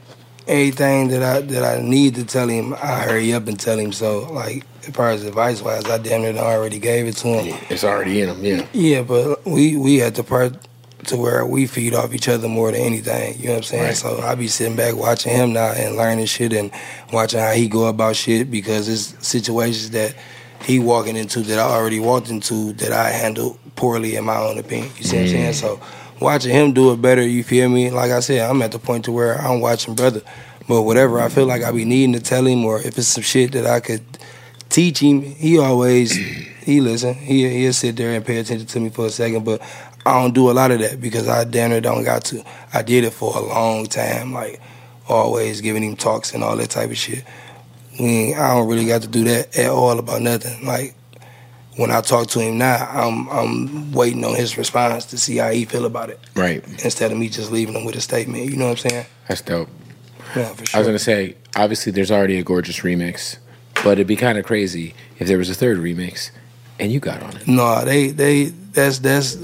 Speaker 3: anything that I that I need to tell him, I hurry up and tell him. So like as far as advice wise, I damn near done already gave it to him.
Speaker 1: It's already in him. Yeah.
Speaker 3: Yeah, but we we at the part to where we feed off each other more than anything. You know what I'm saying?
Speaker 1: Right.
Speaker 3: So I be sitting back watching him now and learning shit and watching how he go about shit because it's situations that he walking into that I already walked into that I handled poorly in my own opinion. You see what I'm saying? So watching him do it better, you feel me? Like I said, I'm at the point to where I'm watching brother. But whatever I feel like I be needing to tell him or if it's some shit that I could teach him, he always he listen. He he'll sit there and pay attention to me for a second, but I don't do a lot of that because I damn near don't got to. I did it for a long time, like always giving him talks and all that type of shit. I, mean, I don't really got to do that at all about nothing. Like when I talk to him now, I'm I'm waiting on his response to see how he feel about it
Speaker 1: Right.
Speaker 3: instead of me just leaving him with a statement. You know what I'm saying?
Speaker 1: That's dope.
Speaker 3: Yeah, for sure.
Speaker 1: I was gonna say, obviously, there's already a gorgeous remix, but it'd be kind of crazy if there was a third remix, and you got on it.
Speaker 3: No, they they that's that's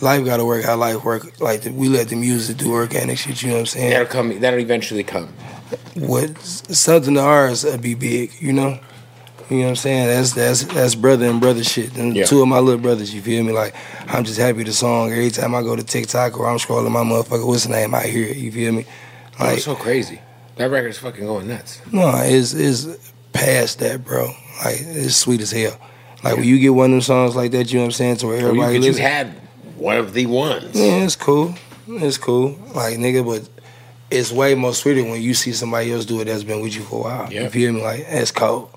Speaker 3: life got to work how life work. Like we let the music do organic shit. You know what I'm saying?
Speaker 1: That'll come. That'll eventually come.
Speaker 3: What something to ours would be big. You know. You know what I'm saying? That's that's that's brother and brother shit. And
Speaker 1: Yeah.
Speaker 3: two of my little brothers, you feel me? Like I'm just happy the song. Every time I go to TikTok or I'm scrolling my motherfucker, what's the name? I hear it. You feel me?
Speaker 1: That's
Speaker 3: Like
Speaker 1: so crazy. That record's fucking going nuts.
Speaker 3: No, it's it's past that, bro. Like it's sweet as hell. Like when you get one of them songs like that, you know what I'm saying? To where
Speaker 1: Or Oh, you,
Speaker 3: everybody
Speaker 1: but you
Speaker 3: listen-
Speaker 1: had one of the ones.
Speaker 3: Yeah, it's cool. It's cool. Like nigga, but it's way more sweeter when you see somebody else do it that's been with you for a while.
Speaker 1: Yeah.
Speaker 3: You feel me? Like that's cold.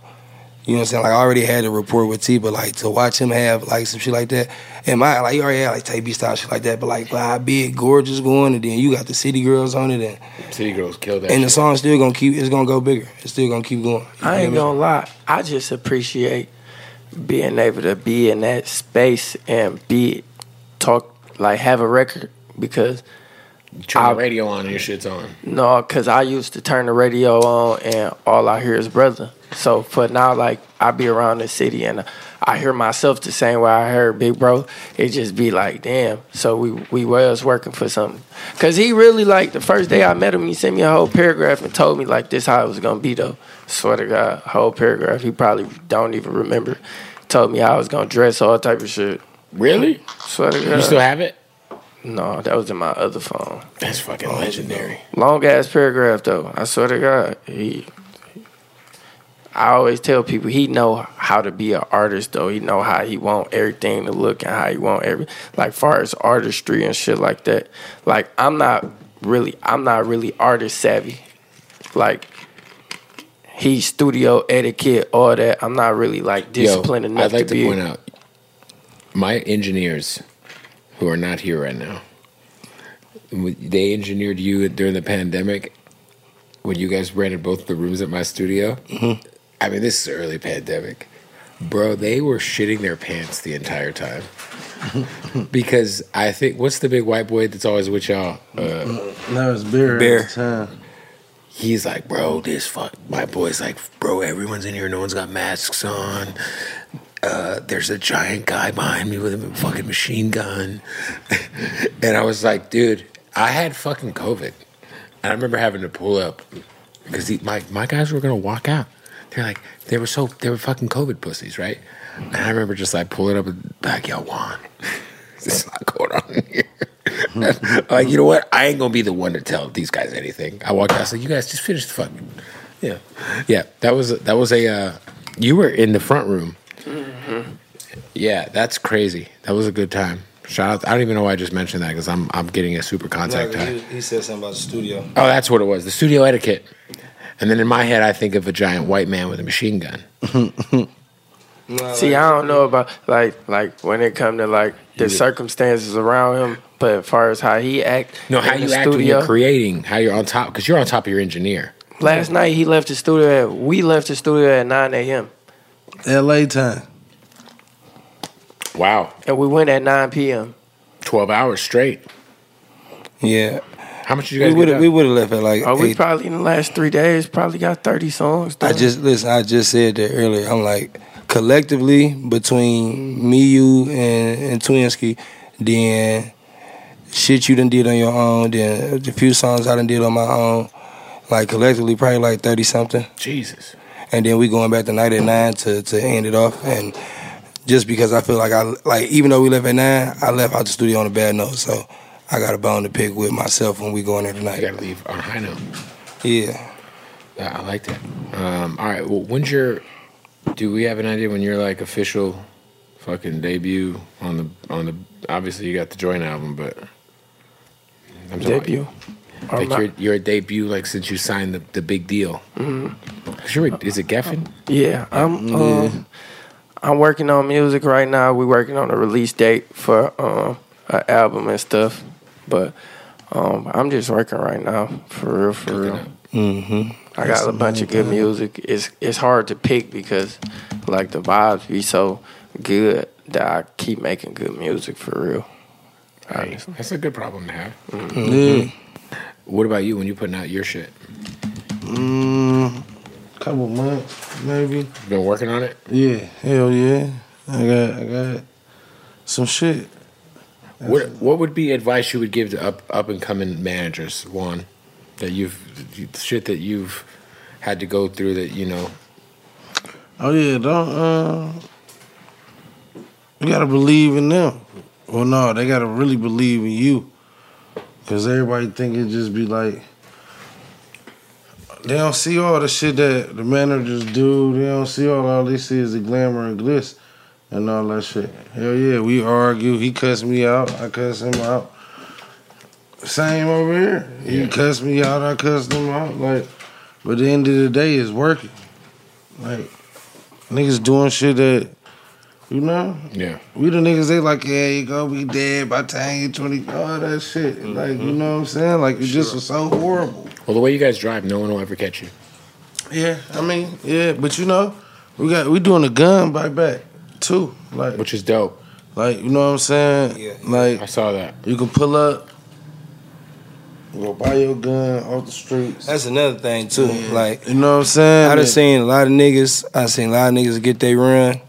Speaker 3: You know what I'm saying? Like I already had a rapport with T, but like to watch him have like some shit like that. And my like he already had like Tay B style shit like that, but like how big gorgeous going and then you got the city girls on it and,
Speaker 1: City girls killed that.
Speaker 3: and the
Speaker 1: shit.
Speaker 3: song's still gonna keep it's gonna go bigger. It's still gonna keep going. You
Speaker 2: I
Speaker 3: feel
Speaker 2: ain't
Speaker 3: me?
Speaker 2: gonna lie. I just appreciate being able to be in that space and be talk like have a record because
Speaker 1: turn
Speaker 2: I-
Speaker 1: the radio on and your shit's on.
Speaker 2: no, because I used to turn the radio on and all I hear is brother. So for now, like I be around the city and I hear myself the same way I heard Big Bro. It just be like, damn. So we we was working for something. Cause he really like the first day I met him, he sent me a whole paragraph and told me like this how it was gonna be though. Swear to God, whole paragraph. He probably don't even remember. Told me how I was gonna dress, all type of shit.
Speaker 1: Really?
Speaker 2: Swear to God.
Speaker 1: You still have it?
Speaker 2: no, that was in my other phone.
Speaker 1: That's fucking
Speaker 2: Oh,
Speaker 1: legendary.
Speaker 2: Long ass paragraph though. I swear to God, he. I always tell people he know how to be an artist though. He know how he want everything to look and how he want every like far as artistry and shit like that. Like I'm not really I'm not really artist savvy. Like he studio etiquette all that. I'm not really like disciplined
Speaker 1: Yo,
Speaker 2: enough
Speaker 1: I'd like to,
Speaker 2: be.
Speaker 1: point out my engineers who are not here right now. They engineered you during the pandemic when you guys rented both the rooms at my studio.
Speaker 2: Mm-hmm.
Speaker 1: I mean, this is early pandemic, bro. They were shitting their pants the
Speaker 2: *laughs*
Speaker 1: entire time because I think what's the big white boy that's always with y'all?
Speaker 2: Mm-hmm.
Speaker 1: Uh,
Speaker 5: Now it's beer.
Speaker 3: Beer.
Speaker 5: Beer. Time.
Speaker 1: he's like, bro, this fuck. My boy's like, bro, everyone's in here. No one's got masks on. Uh, there's a giant guy behind me with a fucking machine gun. and I was like, dude, I had fucking COVID. And I remember having to pull up because he, my, my guys were going to walk out. They're like, they were so, they were fucking COVID pussies, right? And I remember just like pulling up and be like, yo, Juan, *laughs* this is not going on here. I'm *laughs* like, you know what? I ain't gonna be the one to tell these guys anything. I walked out. I was like, you guys just finish the fucking. Yeah, yeah. That was that was a. Uh, you were in the front room. Yeah, that's crazy. That was a good time. Shout out! I don't even know why I just mentioned that because I'm I'm getting a super contact
Speaker 3: Like,
Speaker 1: high.
Speaker 3: he, he said something about the studio.
Speaker 1: Oh, that's what it was. The studio etiquette. And then in my head, I think of a giant white man with a machine gun.
Speaker 2: See, I don't know about like like when it come to like the circumstances around him, but as far as how he act,
Speaker 1: No, how
Speaker 2: in
Speaker 1: you
Speaker 2: the
Speaker 1: act when you're creating, how you're on top, because you're on top of your engineer.
Speaker 2: Last night he left the studio. At, we left the studio at nine a.m.
Speaker 5: L.A. time.
Speaker 1: Wow,
Speaker 2: and we went at nine p.m.
Speaker 1: twelve hours straight.
Speaker 3: Yeah,
Speaker 1: How much did you
Speaker 3: we
Speaker 1: guys
Speaker 3: would
Speaker 1: get
Speaker 3: have we
Speaker 1: done?
Speaker 3: would have left at like.
Speaker 2: Oh, we
Speaker 3: eight-
Speaker 2: probably in the last three days probably got thirty songs.
Speaker 3: I
Speaker 2: done.
Speaker 3: just listen. I just said that earlier. I'm like collectively between me, you, and and Twinsky, then shit you done did on your own, then the few songs I done did on my own, like collectively probably like thirty something,
Speaker 1: Jesus,
Speaker 3: and then we going back to night at nine to to end it off, and just because I feel like I like even though we left at nine, I left out the studio on a bad note, so I got a bone to pick with myself when we going there
Speaker 1: I
Speaker 3: tonight.
Speaker 1: gotta leave on a high note.
Speaker 3: Yeah.
Speaker 1: I I like that. Um, all right. Well, when's your? Do we have an idea when your like official fucking debut on the on the? Obviously, you got the joint album, but I'm talking about-
Speaker 2: debut. Or
Speaker 1: Like
Speaker 2: not-
Speaker 1: your your debut, like since you signed the, the big deal.
Speaker 2: Mm-hmm.
Speaker 1: Sure, is it
Speaker 2: Uh,
Speaker 1: Geffen?
Speaker 2: Yeah, I'm. Um, I'm working on music right now. We're working on a release date for um, an album and stuff, but um, I'm just working right now for real, for real. I got a bunch of good music. It's it's hard to pick because like the vibes be so good that I keep making good music for real.
Speaker 1: Hey, that's a good problem to have.
Speaker 5: Mm-hmm.
Speaker 1: What about you when you putting out your shit?
Speaker 5: Mm, couple months, maybe.
Speaker 1: You been working on it?
Speaker 5: Yeah, hell yeah. I got I got some shit.
Speaker 1: What What would be advice you would give to up up and coming managers? One that you've shit that you've had to go through that you know.
Speaker 5: Oh yeah, don't. Uh, you gotta believe in them. Well, no, they gotta really believe in you, cause everybody think it just be like. They don't see all the shit that the managers do. They don't see all. All they see is the glamour and glitz, and all that shit. Hell yeah, we argue. He cussed me out. I cuss him out. Same over here. He cussed me out. I cussed him out. Like, but the end of the day, it's working. Like niggas doing shit that you know.
Speaker 1: Yeah.
Speaker 5: We the niggas they like, yeah, you gonna be dead by the time you twenty all that shit.
Speaker 3: Mm-hmm.
Speaker 5: Like, you know what I'm saying? Like it just was so horrible.
Speaker 1: Well, the way you guys drive, no one will ever catch you.
Speaker 5: Yeah, I mean, yeah, but you know, we got we doing a gun buyback too. Like
Speaker 1: Which is dope.
Speaker 5: like you know what I'm saying?
Speaker 3: Yeah.
Speaker 5: Like
Speaker 1: I saw that.
Speaker 5: you can pull up, go buy your gun off the streets.
Speaker 3: That's another thing too. Like
Speaker 5: you know what I'm saying?
Speaker 3: I done
Speaker 5: And-
Speaker 3: seen a lot of niggas. I seen a lot of niggas get they run,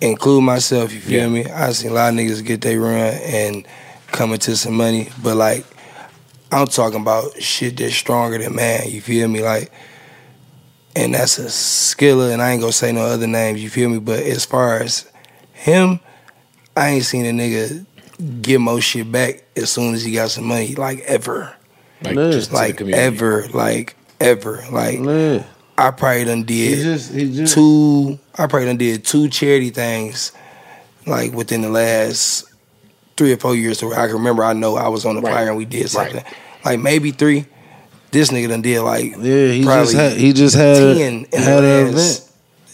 Speaker 3: include myself. You feel me?
Speaker 1: Yeah.
Speaker 3: I seen a lot of niggas get they run and come into some money. But like, I'm talking about shit that's stronger than man. You feel me? Like, and that's a skiller. And I ain't gonna say no other names. You feel me? But as far as him, I ain't seen a nigga give most shit back as soon as he got some money. Like ever.
Speaker 1: Like
Speaker 5: Yeah.
Speaker 1: just to the
Speaker 3: Like
Speaker 1: community.
Speaker 3: ever. Like ever. Like.
Speaker 5: Yeah.
Speaker 3: I probably done
Speaker 5: He
Speaker 3: did
Speaker 5: just he just
Speaker 3: two. I probably done did two charity things, like within the last three or four years. To where I can remember, I know I was on the
Speaker 1: Right.
Speaker 3: fire and we did
Speaker 1: Right.
Speaker 3: something. Like maybe three. This nigga done did like
Speaker 5: Yeah, he
Speaker 3: probably
Speaker 5: just had he just had a-
Speaker 3: ten in
Speaker 5: had
Speaker 3: the
Speaker 5: an event.
Speaker 3: last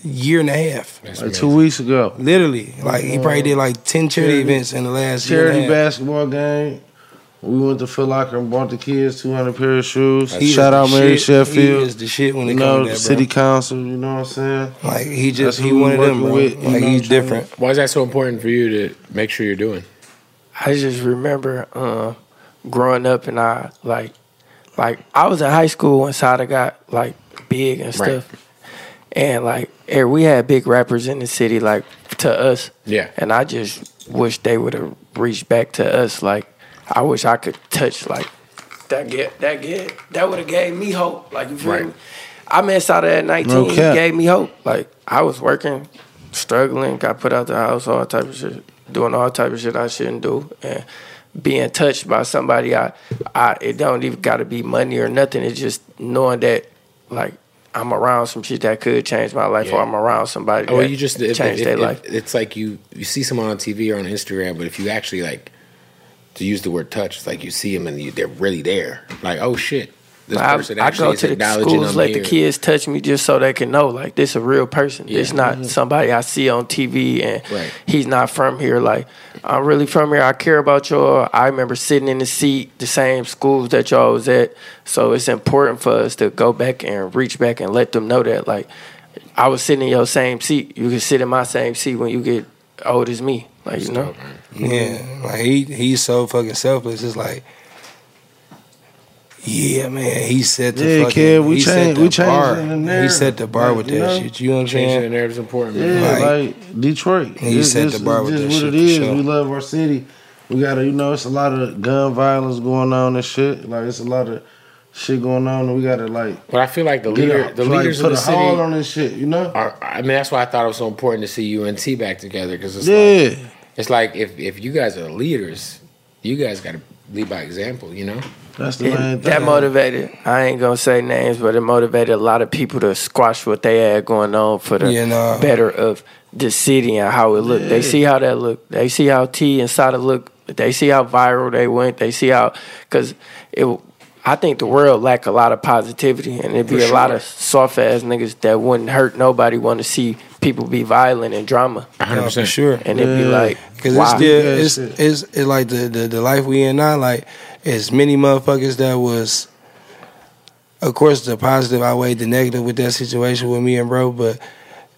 Speaker 3: year and a half.
Speaker 1: That's
Speaker 5: Like
Speaker 1: amazing.
Speaker 5: two weeks ago.
Speaker 3: Literally, like he probably did like ten charity
Speaker 5: Mm. Charity-
Speaker 3: events in the last
Speaker 5: Charity
Speaker 3: year. and a half.
Speaker 5: basketball game. We went to Foot Locker and bought the kids 200 pair of shoes.
Speaker 3: He is
Speaker 5: Shout
Speaker 3: the
Speaker 5: out Mary
Speaker 3: shit.
Speaker 5: Sheffield.
Speaker 3: He is the shit when
Speaker 5: you
Speaker 3: it
Speaker 5: know,
Speaker 3: comes to that,
Speaker 5: city
Speaker 3: city.
Speaker 5: council, you know what I'm saying?
Speaker 3: Like he just
Speaker 5: That's
Speaker 3: he
Speaker 5: who we
Speaker 3: one of them,
Speaker 5: working
Speaker 3: bro.
Speaker 5: with, you
Speaker 3: like
Speaker 5: know what I'm
Speaker 3: he's
Speaker 5: saying?
Speaker 3: different.
Speaker 1: Why is that so important for you to make sure you're doing?
Speaker 2: I just remember uh, growing up and I like like I was in high school when Sada got like big and
Speaker 1: Right.
Speaker 2: stuff. And like eh, we had big rappers in the city like to us.
Speaker 1: Yeah.
Speaker 2: And I just wish they would have reached back to us. Like I wish I could touch like that get that get that would have gave me hope. Like you feel
Speaker 1: Right.
Speaker 2: me? I met Sada at nineteen,
Speaker 5: No
Speaker 2: he
Speaker 5: cap.
Speaker 2: gave me hope. Like I was working, struggling, got put out the house, all type of shit, doing all type of shit I shouldn't do, and being touched by somebody. I, I it don't even got to be money or nothing. It's just knowing that, like. I'm around some shit that could change my life,
Speaker 1: Yeah.
Speaker 2: or I'm around somebody
Speaker 1: Oh,
Speaker 2: that
Speaker 1: you just if,
Speaker 2: changed
Speaker 1: if,
Speaker 2: their
Speaker 1: if-
Speaker 2: life.
Speaker 1: It's like you you see someone on TV or on Instagram, but if you actually like to use the word touch, it's like you see them and you, they're really there. Like oh shit, This
Speaker 2: I,
Speaker 1: person
Speaker 2: I
Speaker 1: actually
Speaker 2: go
Speaker 1: is
Speaker 2: to the
Speaker 1: acknowledging
Speaker 2: schools,
Speaker 1: I'm
Speaker 2: let
Speaker 1: here.
Speaker 2: the kids touch me just so they can know, like this a real person. It's
Speaker 1: Yeah. Mm-hmm.
Speaker 2: not somebody I see on TV and
Speaker 1: Right.
Speaker 2: he's not from here. Like I'm really from here. I care about y'all. I remember sitting in the seat, the same schools that y'all was at. So it's important for us to go back and reach back and let them know that, like I was sitting in your same seat. You can sit in my same seat when you get old as me. Like you know,
Speaker 3: Yeah, like he he's so fucking selfless. It's like, yeah, man, he set the
Speaker 5: Yeah,
Speaker 3: fucking.
Speaker 5: kid, we
Speaker 3: he set
Speaker 5: changed-
Speaker 3: the
Speaker 5: we changed
Speaker 3: bar.
Speaker 5: the narrative,
Speaker 3: He set the bar
Speaker 5: like,
Speaker 3: with
Speaker 5: you
Speaker 3: that
Speaker 5: know?
Speaker 3: shit. You know what I'm
Speaker 1: Changing the
Speaker 3: saying?
Speaker 1: narrative's important. man.
Speaker 5: Yeah,
Speaker 3: Like-
Speaker 5: like, Detroit.
Speaker 3: And you
Speaker 5: This-
Speaker 3: set
Speaker 5: this
Speaker 3: the bar
Speaker 5: is
Speaker 3: with
Speaker 5: just
Speaker 3: that
Speaker 5: what
Speaker 3: shit
Speaker 5: it
Speaker 3: for
Speaker 5: is.
Speaker 3: sure.
Speaker 5: We love our city. We gotta, you know, it's a lot of gun violence going on and shit. Like it's a lot of shit going on, and we gotta like
Speaker 1: But I feel like the
Speaker 5: get
Speaker 1: leader,
Speaker 5: out,
Speaker 1: the
Speaker 5: like,
Speaker 1: leaders
Speaker 5: put
Speaker 1: of the
Speaker 5: a hold
Speaker 1: city.
Speaker 5: on this shit. You know?
Speaker 1: Are, I mean, that's why I thought it was so important to see you and T back together because it's like
Speaker 5: Yeah,
Speaker 1: it's like if if you guys are leaders, you guys got to lead by example. You know,
Speaker 5: that's the
Speaker 2: It-
Speaker 5: main
Speaker 2: that
Speaker 5: thing.
Speaker 2: motivated. I ain't gonna say names, but it motivated a lot of people to squash what they had going on for the
Speaker 3: Yeah, nah.
Speaker 2: better of the city and how it looked. They see how that looked. They see how T and Sada looked. They see how viral they went. They see how because it. I think the world lack a lot of positivity, and it'd be a lot of soft ass niggas that wouldn't hurt nobody. Want to see people be violent and drama,
Speaker 1: hundred
Speaker 3: No, for
Speaker 1: percent.
Speaker 3: sure.
Speaker 2: and it'd be
Speaker 5: Yeah.
Speaker 2: like,
Speaker 3: Because
Speaker 2: why?
Speaker 3: it's still
Speaker 5: Yeah,
Speaker 3: it's,
Speaker 5: shit.
Speaker 3: it's it's like the, the the life we in now. Like as many motherfuckers that was, of course, the positive outweighed the negative with that situation with me and bro. But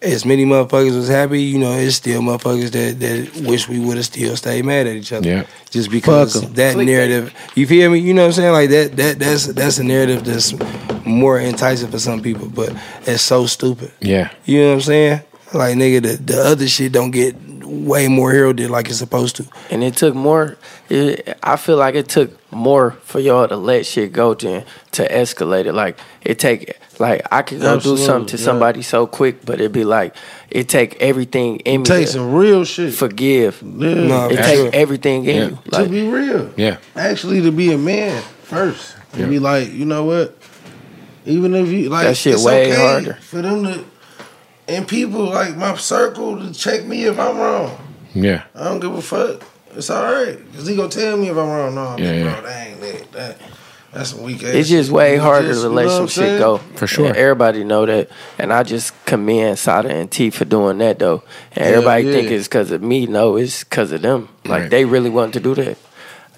Speaker 3: as many motherfuckers was happy, you know, it's still motherfuckers that that wish we would have still stayed mad at each other.
Speaker 1: Yeah.
Speaker 3: Just because that narrative, you feel me? You know what I'm saying? Like that that that's that's a narrative that's more enticing for some people, but it's so stupid.
Speaker 1: Yeah,
Speaker 3: You know what I'm saying? Like nigga, the, the other shit don't get way more heralded like it's supposed to.
Speaker 2: And it took more. It, I feel like it took more for y'all to let shit go than to escalate it. Like it take. Like I could go
Speaker 5: Absolutely,
Speaker 2: do something to
Speaker 5: yeah.
Speaker 2: somebody so quick, but it'd be like it take everything in me.
Speaker 5: Take
Speaker 2: to
Speaker 5: some real shit.
Speaker 2: forgive.
Speaker 5: yeah.
Speaker 3: No,
Speaker 2: It
Speaker 3: for
Speaker 2: take
Speaker 3: sure.
Speaker 2: everything in
Speaker 1: Yeah.
Speaker 2: you.
Speaker 5: to
Speaker 2: Like
Speaker 5: be real.
Speaker 1: yeah.
Speaker 5: Actually, to be a man first. To be like, you know what? Even if you like
Speaker 2: That shit
Speaker 5: it's
Speaker 2: way
Speaker 5: okay
Speaker 2: harder.
Speaker 5: for them to and people like my circle to check me if I'm wrong.
Speaker 1: Yeah.
Speaker 5: I don't give a fuck. It's all right. Cause he gonna tell me if I'm wrong. No, I'm
Speaker 1: Yeah,
Speaker 5: like,
Speaker 1: yeah.
Speaker 5: bro, that ain't it. That, that's some weak ass.
Speaker 2: it's just way
Speaker 5: shit.
Speaker 2: harder
Speaker 5: Just,
Speaker 2: to
Speaker 5: you know
Speaker 2: let
Speaker 5: what
Speaker 2: some
Speaker 5: I'm
Speaker 2: shit
Speaker 5: saying?
Speaker 2: go.
Speaker 1: For sure.
Speaker 2: And everybody know that. And I just commend Sada and T for doing that though. And everybody
Speaker 5: yeah.
Speaker 2: think it's cause of me. No, it's cause of them. Like
Speaker 1: Right.
Speaker 2: they really wanted to do that.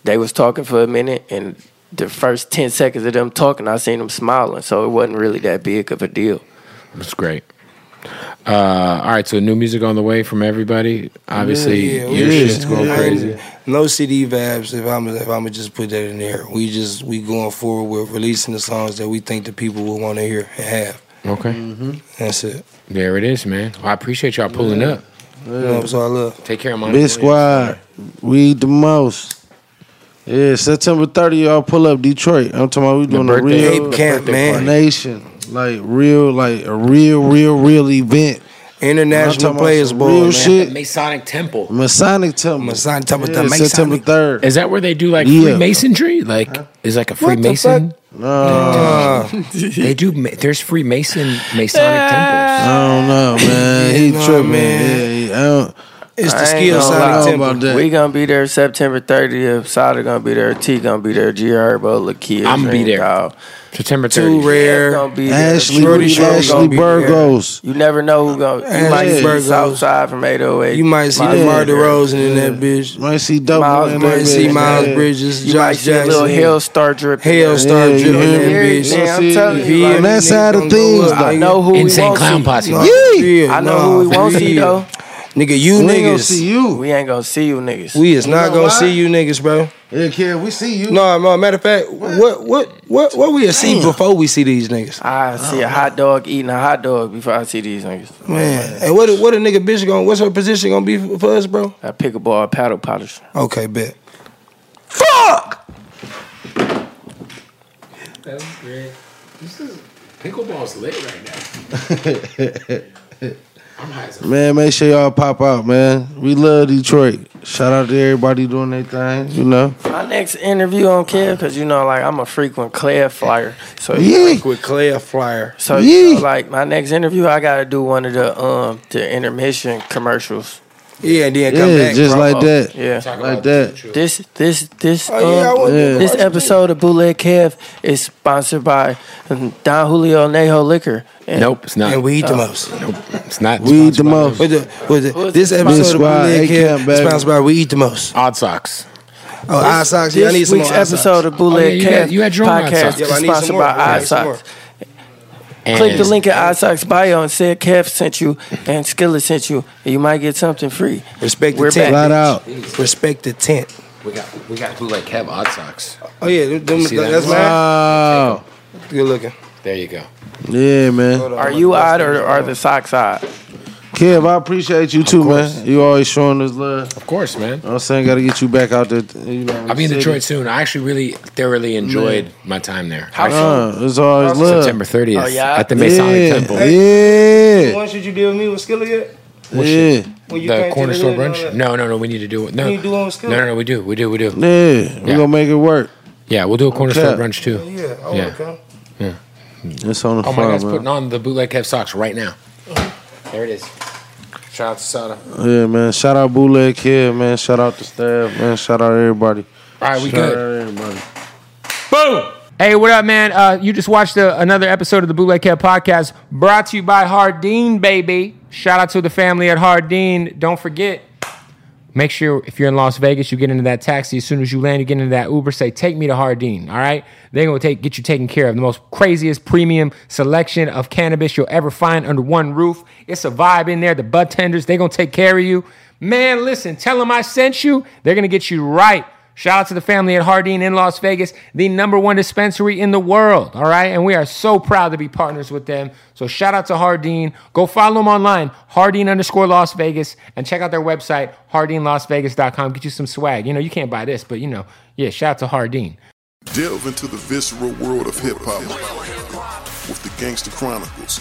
Speaker 2: They was talking for a minute and the first ten seconds of them talking I seen them smiling. So it wasn't really that big of a deal.
Speaker 1: That's great. Uh, all right, so new music on the way from everybody. Obviously,
Speaker 3: Yeah,
Speaker 1: your
Speaker 3: we-
Speaker 1: shit's going
Speaker 5: yeah.
Speaker 1: crazy.
Speaker 3: No CD vibes. If I'm if I'm just put that in there, we just we going forward with releasing the songs that we think the people will want to hear and have.
Speaker 1: Okay,
Speaker 3: Mm-hmm. That's it.
Speaker 1: there it is, man. Well, I appreciate y'all pulling up.
Speaker 3: You know, so I love.
Speaker 1: Take care of my
Speaker 5: Big squad, we eat the most. Yeah, September 30, y'all pull up Detroit. I'm talking about we doing a
Speaker 1: birthday-
Speaker 5: real
Speaker 3: Ape Camp,
Speaker 1: birthday
Speaker 3: man.
Speaker 1: party.
Speaker 5: nation, like real, like a real, real, real event. I'm talking
Speaker 3: International
Speaker 5: about
Speaker 3: Players
Speaker 5: some
Speaker 3: Bowl,
Speaker 5: real
Speaker 3: man.
Speaker 5: shit.
Speaker 1: The Masonic Temple.
Speaker 5: Masonic Temple.
Speaker 3: Masonic Temple,
Speaker 5: Yeah,
Speaker 3: the Masonic.
Speaker 5: September 3rd.
Speaker 1: Is that where they do like
Speaker 5: Yeah.
Speaker 1: Freemasonry? Like, is like a Freemason?
Speaker 3: Uh,
Speaker 5: No,
Speaker 1: They do. ma- There's Freemason Masonic temples.
Speaker 5: I don't know, *laughs* man. He
Speaker 3: Nah,
Speaker 5: tripping,
Speaker 3: man.
Speaker 5: man. Yeah, I don't,
Speaker 3: It's the
Speaker 2: I ain't
Speaker 3: skill
Speaker 2: gonna
Speaker 3: Sonic
Speaker 5: lie
Speaker 3: Temple.
Speaker 5: about that.
Speaker 2: We gonna be there September 30th. Sada gonna be there. T gonna be there. G Herbo, Lakia.
Speaker 1: I'ma be there. September 30th.
Speaker 3: Too rare.
Speaker 2: Gonna be there.
Speaker 5: Ashley,
Speaker 3: Shorty Shorty
Speaker 5: Ashley
Speaker 3: gonna be there.
Speaker 5: Burgos.
Speaker 2: You never know who gonna. You
Speaker 3: Hey,
Speaker 2: might see
Speaker 3: Virgos.
Speaker 2: Southside from 808.
Speaker 3: You might see
Speaker 2: Miles
Speaker 3: Demar
Speaker 2: Bridges.
Speaker 3: DeRozan in that bitch.
Speaker 5: Might see Dope.
Speaker 2: Miles
Speaker 5: in
Speaker 3: You
Speaker 5: that
Speaker 3: might
Speaker 2: Bridges.
Speaker 3: see
Speaker 5: bitch.
Speaker 3: Miles
Speaker 5: Yeah.
Speaker 3: Bridges,
Speaker 2: You might
Speaker 3: Josh
Speaker 2: see a
Speaker 3: Jackson,
Speaker 2: little Hell Star drip.
Speaker 3: Hell Star
Speaker 5: Yeah,
Speaker 3: Drill
Speaker 5: you
Speaker 3: in
Speaker 5: hear
Speaker 3: that
Speaker 5: me?
Speaker 3: bitch.
Speaker 5: Yeah,
Speaker 2: I'm telling you,
Speaker 3: Yeah,
Speaker 2: like,
Speaker 5: On that
Speaker 3: niggas
Speaker 5: side
Speaker 3: don't
Speaker 5: of
Speaker 3: go
Speaker 5: things,
Speaker 3: up.
Speaker 2: I
Speaker 5: though.
Speaker 2: know who we
Speaker 1: Insane
Speaker 2: won't
Speaker 1: Clown
Speaker 2: see.
Speaker 1: Posse.
Speaker 3: Nah,
Speaker 5: Yeah.
Speaker 3: for real,
Speaker 2: I know
Speaker 3: nah,
Speaker 2: who we
Speaker 3: for
Speaker 2: won't see
Speaker 3: real.
Speaker 2: though.
Speaker 3: Nigga, you
Speaker 5: We ain't gonna see
Speaker 3: niggas.
Speaker 5: you.
Speaker 2: We ain't gonna see you niggas.
Speaker 3: We is
Speaker 5: You
Speaker 3: not
Speaker 5: know
Speaker 3: gonna
Speaker 5: why?
Speaker 3: see you niggas, bro.
Speaker 5: Yeah, kid, we see you.
Speaker 3: No, no, matter of fact, what what what what we see before we see these niggas?
Speaker 2: I see a hot dog eating a hot dog before I see these niggas.
Speaker 3: Man. And what a- what a nigga bitch gonna what's her position gonna be for, for us, bro?
Speaker 2: I pick a ball, paddle polish.
Speaker 3: Okay, bet. Fuck!
Speaker 1: That's great. This is pickleball's lit right now. I'm high as a
Speaker 5: Man, make sure y'all pop out, man. We love Detroit. Shout out to everybody doing their thing, you know.
Speaker 2: My next interview on Kev, because you know, like I'm a frequent Claire flyer. So
Speaker 5: Yeah.
Speaker 3: With Claire Flyer.
Speaker 2: So you know,
Speaker 5: Yeah.
Speaker 2: like my next interview, I gotta do one of the um the intermission commercials.
Speaker 3: Yeah, and then come
Speaker 5: Yeah,
Speaker 3: back.
Speaker 5: just
Speaker 3: bro.
Speaker 5: like that.
Speaker 2: Yeah.
Speaker 5: Like that.
Speaker 2: This this this
Speaker 3: Oh, yeah, I
Speaker 2: um,
Speaker 3: wasn't
Speaker 5: Yeah.
Speaker 2: this episode of Bootleg Kev is sponsored by um, Don Julio Nejo Liquor. And
Speaker 1: Nope, it's not.
Speaker 3: And we eat the most.
Speaker 1: Nope, it's not.
Speaker 5: We eat the
Speaker 1: sponsored by
Speaker 5: most.
Speaker 3: With the, with the,
Speaker 2: What's
Speaker 3: this
Speaker 2: the-
Speaker 3: episode of
Speaker 5: Squad,
Speaker 3: Bootleg
Speaker 5: A Camp,
Speaker 3: Kev
Speaker 5: baby.
Speaker 3: sponsored by We Eat the Most.
Speaker 1: Odd socks.
Speaker 3: Oh, Eye Socks. Yeah, I need
Speaker 2: This
Speaker 3: some more
Speaker 2: week's
Speaker 3: Eye Socks.
Speaker 2: episode of
Speaker 1: Oh, yeah,
Speaker 2: Bootleg
Speaker 1: you had-
Speaker 2: Kev
Speaker 1: you had your own Eye Socks.
Speaker 2: podcast
Speaker 3: Yeah,
Speaker 2: is
Speaker 3: but I need some
Speaker 2: sponsored
Speaker 3: more.
Speaker 2: by
Speaker 3: I
Speaker 2: Eye
Speaker 3: need some more.
Speaker 2: Socks. Click the link in Eye Socks bio and say Kev sent you and Skillet sent you, and you might get something free.
Speaker 3: Respect the
Speaker 2: We're
Speaker 3: tent. bitch.
Speaker 5: back. Flat out.
Speaker 3: Respect the tent.
Speaker 1: We got we got bootleg Kev odd socks.
Speaker 3: Oh yeah, them, them,
Speaker 1: see that?
Speaker 3: that's mine.
Speaker 5: Wow.
Speaker 3: Good looking.
Speaker 1: There you go.
Speaker 5: Yeah, man.
Speaker 3: Oh,
Speaker 2: Are you odd or are the socks odd?
Speaker 5: Kev, I appreciate you too,
Speaker 1: course.
Speaker 5: man. You always showing us love.
Speaker 1: Of course, man.
Speaker 5: I'm saying, gotta get you back out there. You know,
Speaker 1: I'll be in
Speaker 5: city.
Speaker 1: Detroit soon. I actually really thoroughly enjoyed my time there.
Speaker 2: How soon?
Speaker 5: Uh, it's always love.
Speaker 1: September 30th
Speaker 2: Oh, yeah?
Speaker 1: at the Masonic
Speaker 5: Yeah,
Speaker 1: Temple.
Speaker 5: yeah,
Speaker 10: When should you deal with me with Skilla yet?
Speaker 5: yeah,
Speaker 10: When you
Speaker 1: The
Speaker 10: came to
Speaker 1: corner store
Speaker 10: hood and all
Speaker 1: brunch?
Speaker 10: that?
Speaker 1: No, no, no. We need to do it. No,
Speaker 10: You do on
Speaker 1: no,
Speaker 10: school?
Speaker 1: no, no. We do, we do, we do.
Speaker 5: yeah. We
Speaker 1: Yeah.
Speaker 5: gonna make it work.
Speaker 1: Yeah, we'll do a corner store
Speaker 5: Okay.
Speaker 1: brunch too.
Speaker 10: Yeah, I
Speaker 1: Yeah.
Speaker 10: wanna come.
Speaker 5: It's on the
Speaker 1: Oh my God,
Speaker 5: phone,
Speaker 1: it's putting
Speaker 5: man.
Speaker 1: on the bootleg Kev socks right now. There it is. Shout out to Sada. All
Speaker 5: Yeah, man. Shout out Bootleg Kid, man. Shout out the staff, man. Shout out everybody.
Speaker 1: right, we
Speaker 5: Shout out
Speaker 1: good.
Speaker 5: everybody.
Speaker 1: Boom. Hey, what up, man? Uh, you just watched uh another episode of the Bootleg Cat Podcast brought to you by Hardeen, baby. Shout out to the family at Hardeen. Don't forget, make sure if you're in Las Vegas, you get into that taxi. As soon as you land, you get into that Uber, say, take me to Hardeen, all right? They're going to take get you taken care of. The most craziest premium selection of cannabis you'll ever find under one roof. It's a vibe in there. The butt tenders, they're going to take care of you. Man, listen, tell them I sent you. They're going to get you right. Shout out to the family at Hardeen in Las Vegas, the number one dispensary in the world. All right. And we are so proud to be partners with them. So shout out to Hardeen. Go follow them online, Hardeen underscore Las Vegas, and check out their website, HardeenLasVegas.com. Get you some swag. You know, you can't buy this, but you know, yeah, shout out to Hardeen.
Speaker 4: Delve into the visceral world of hip hop with the Gangster Chronicles,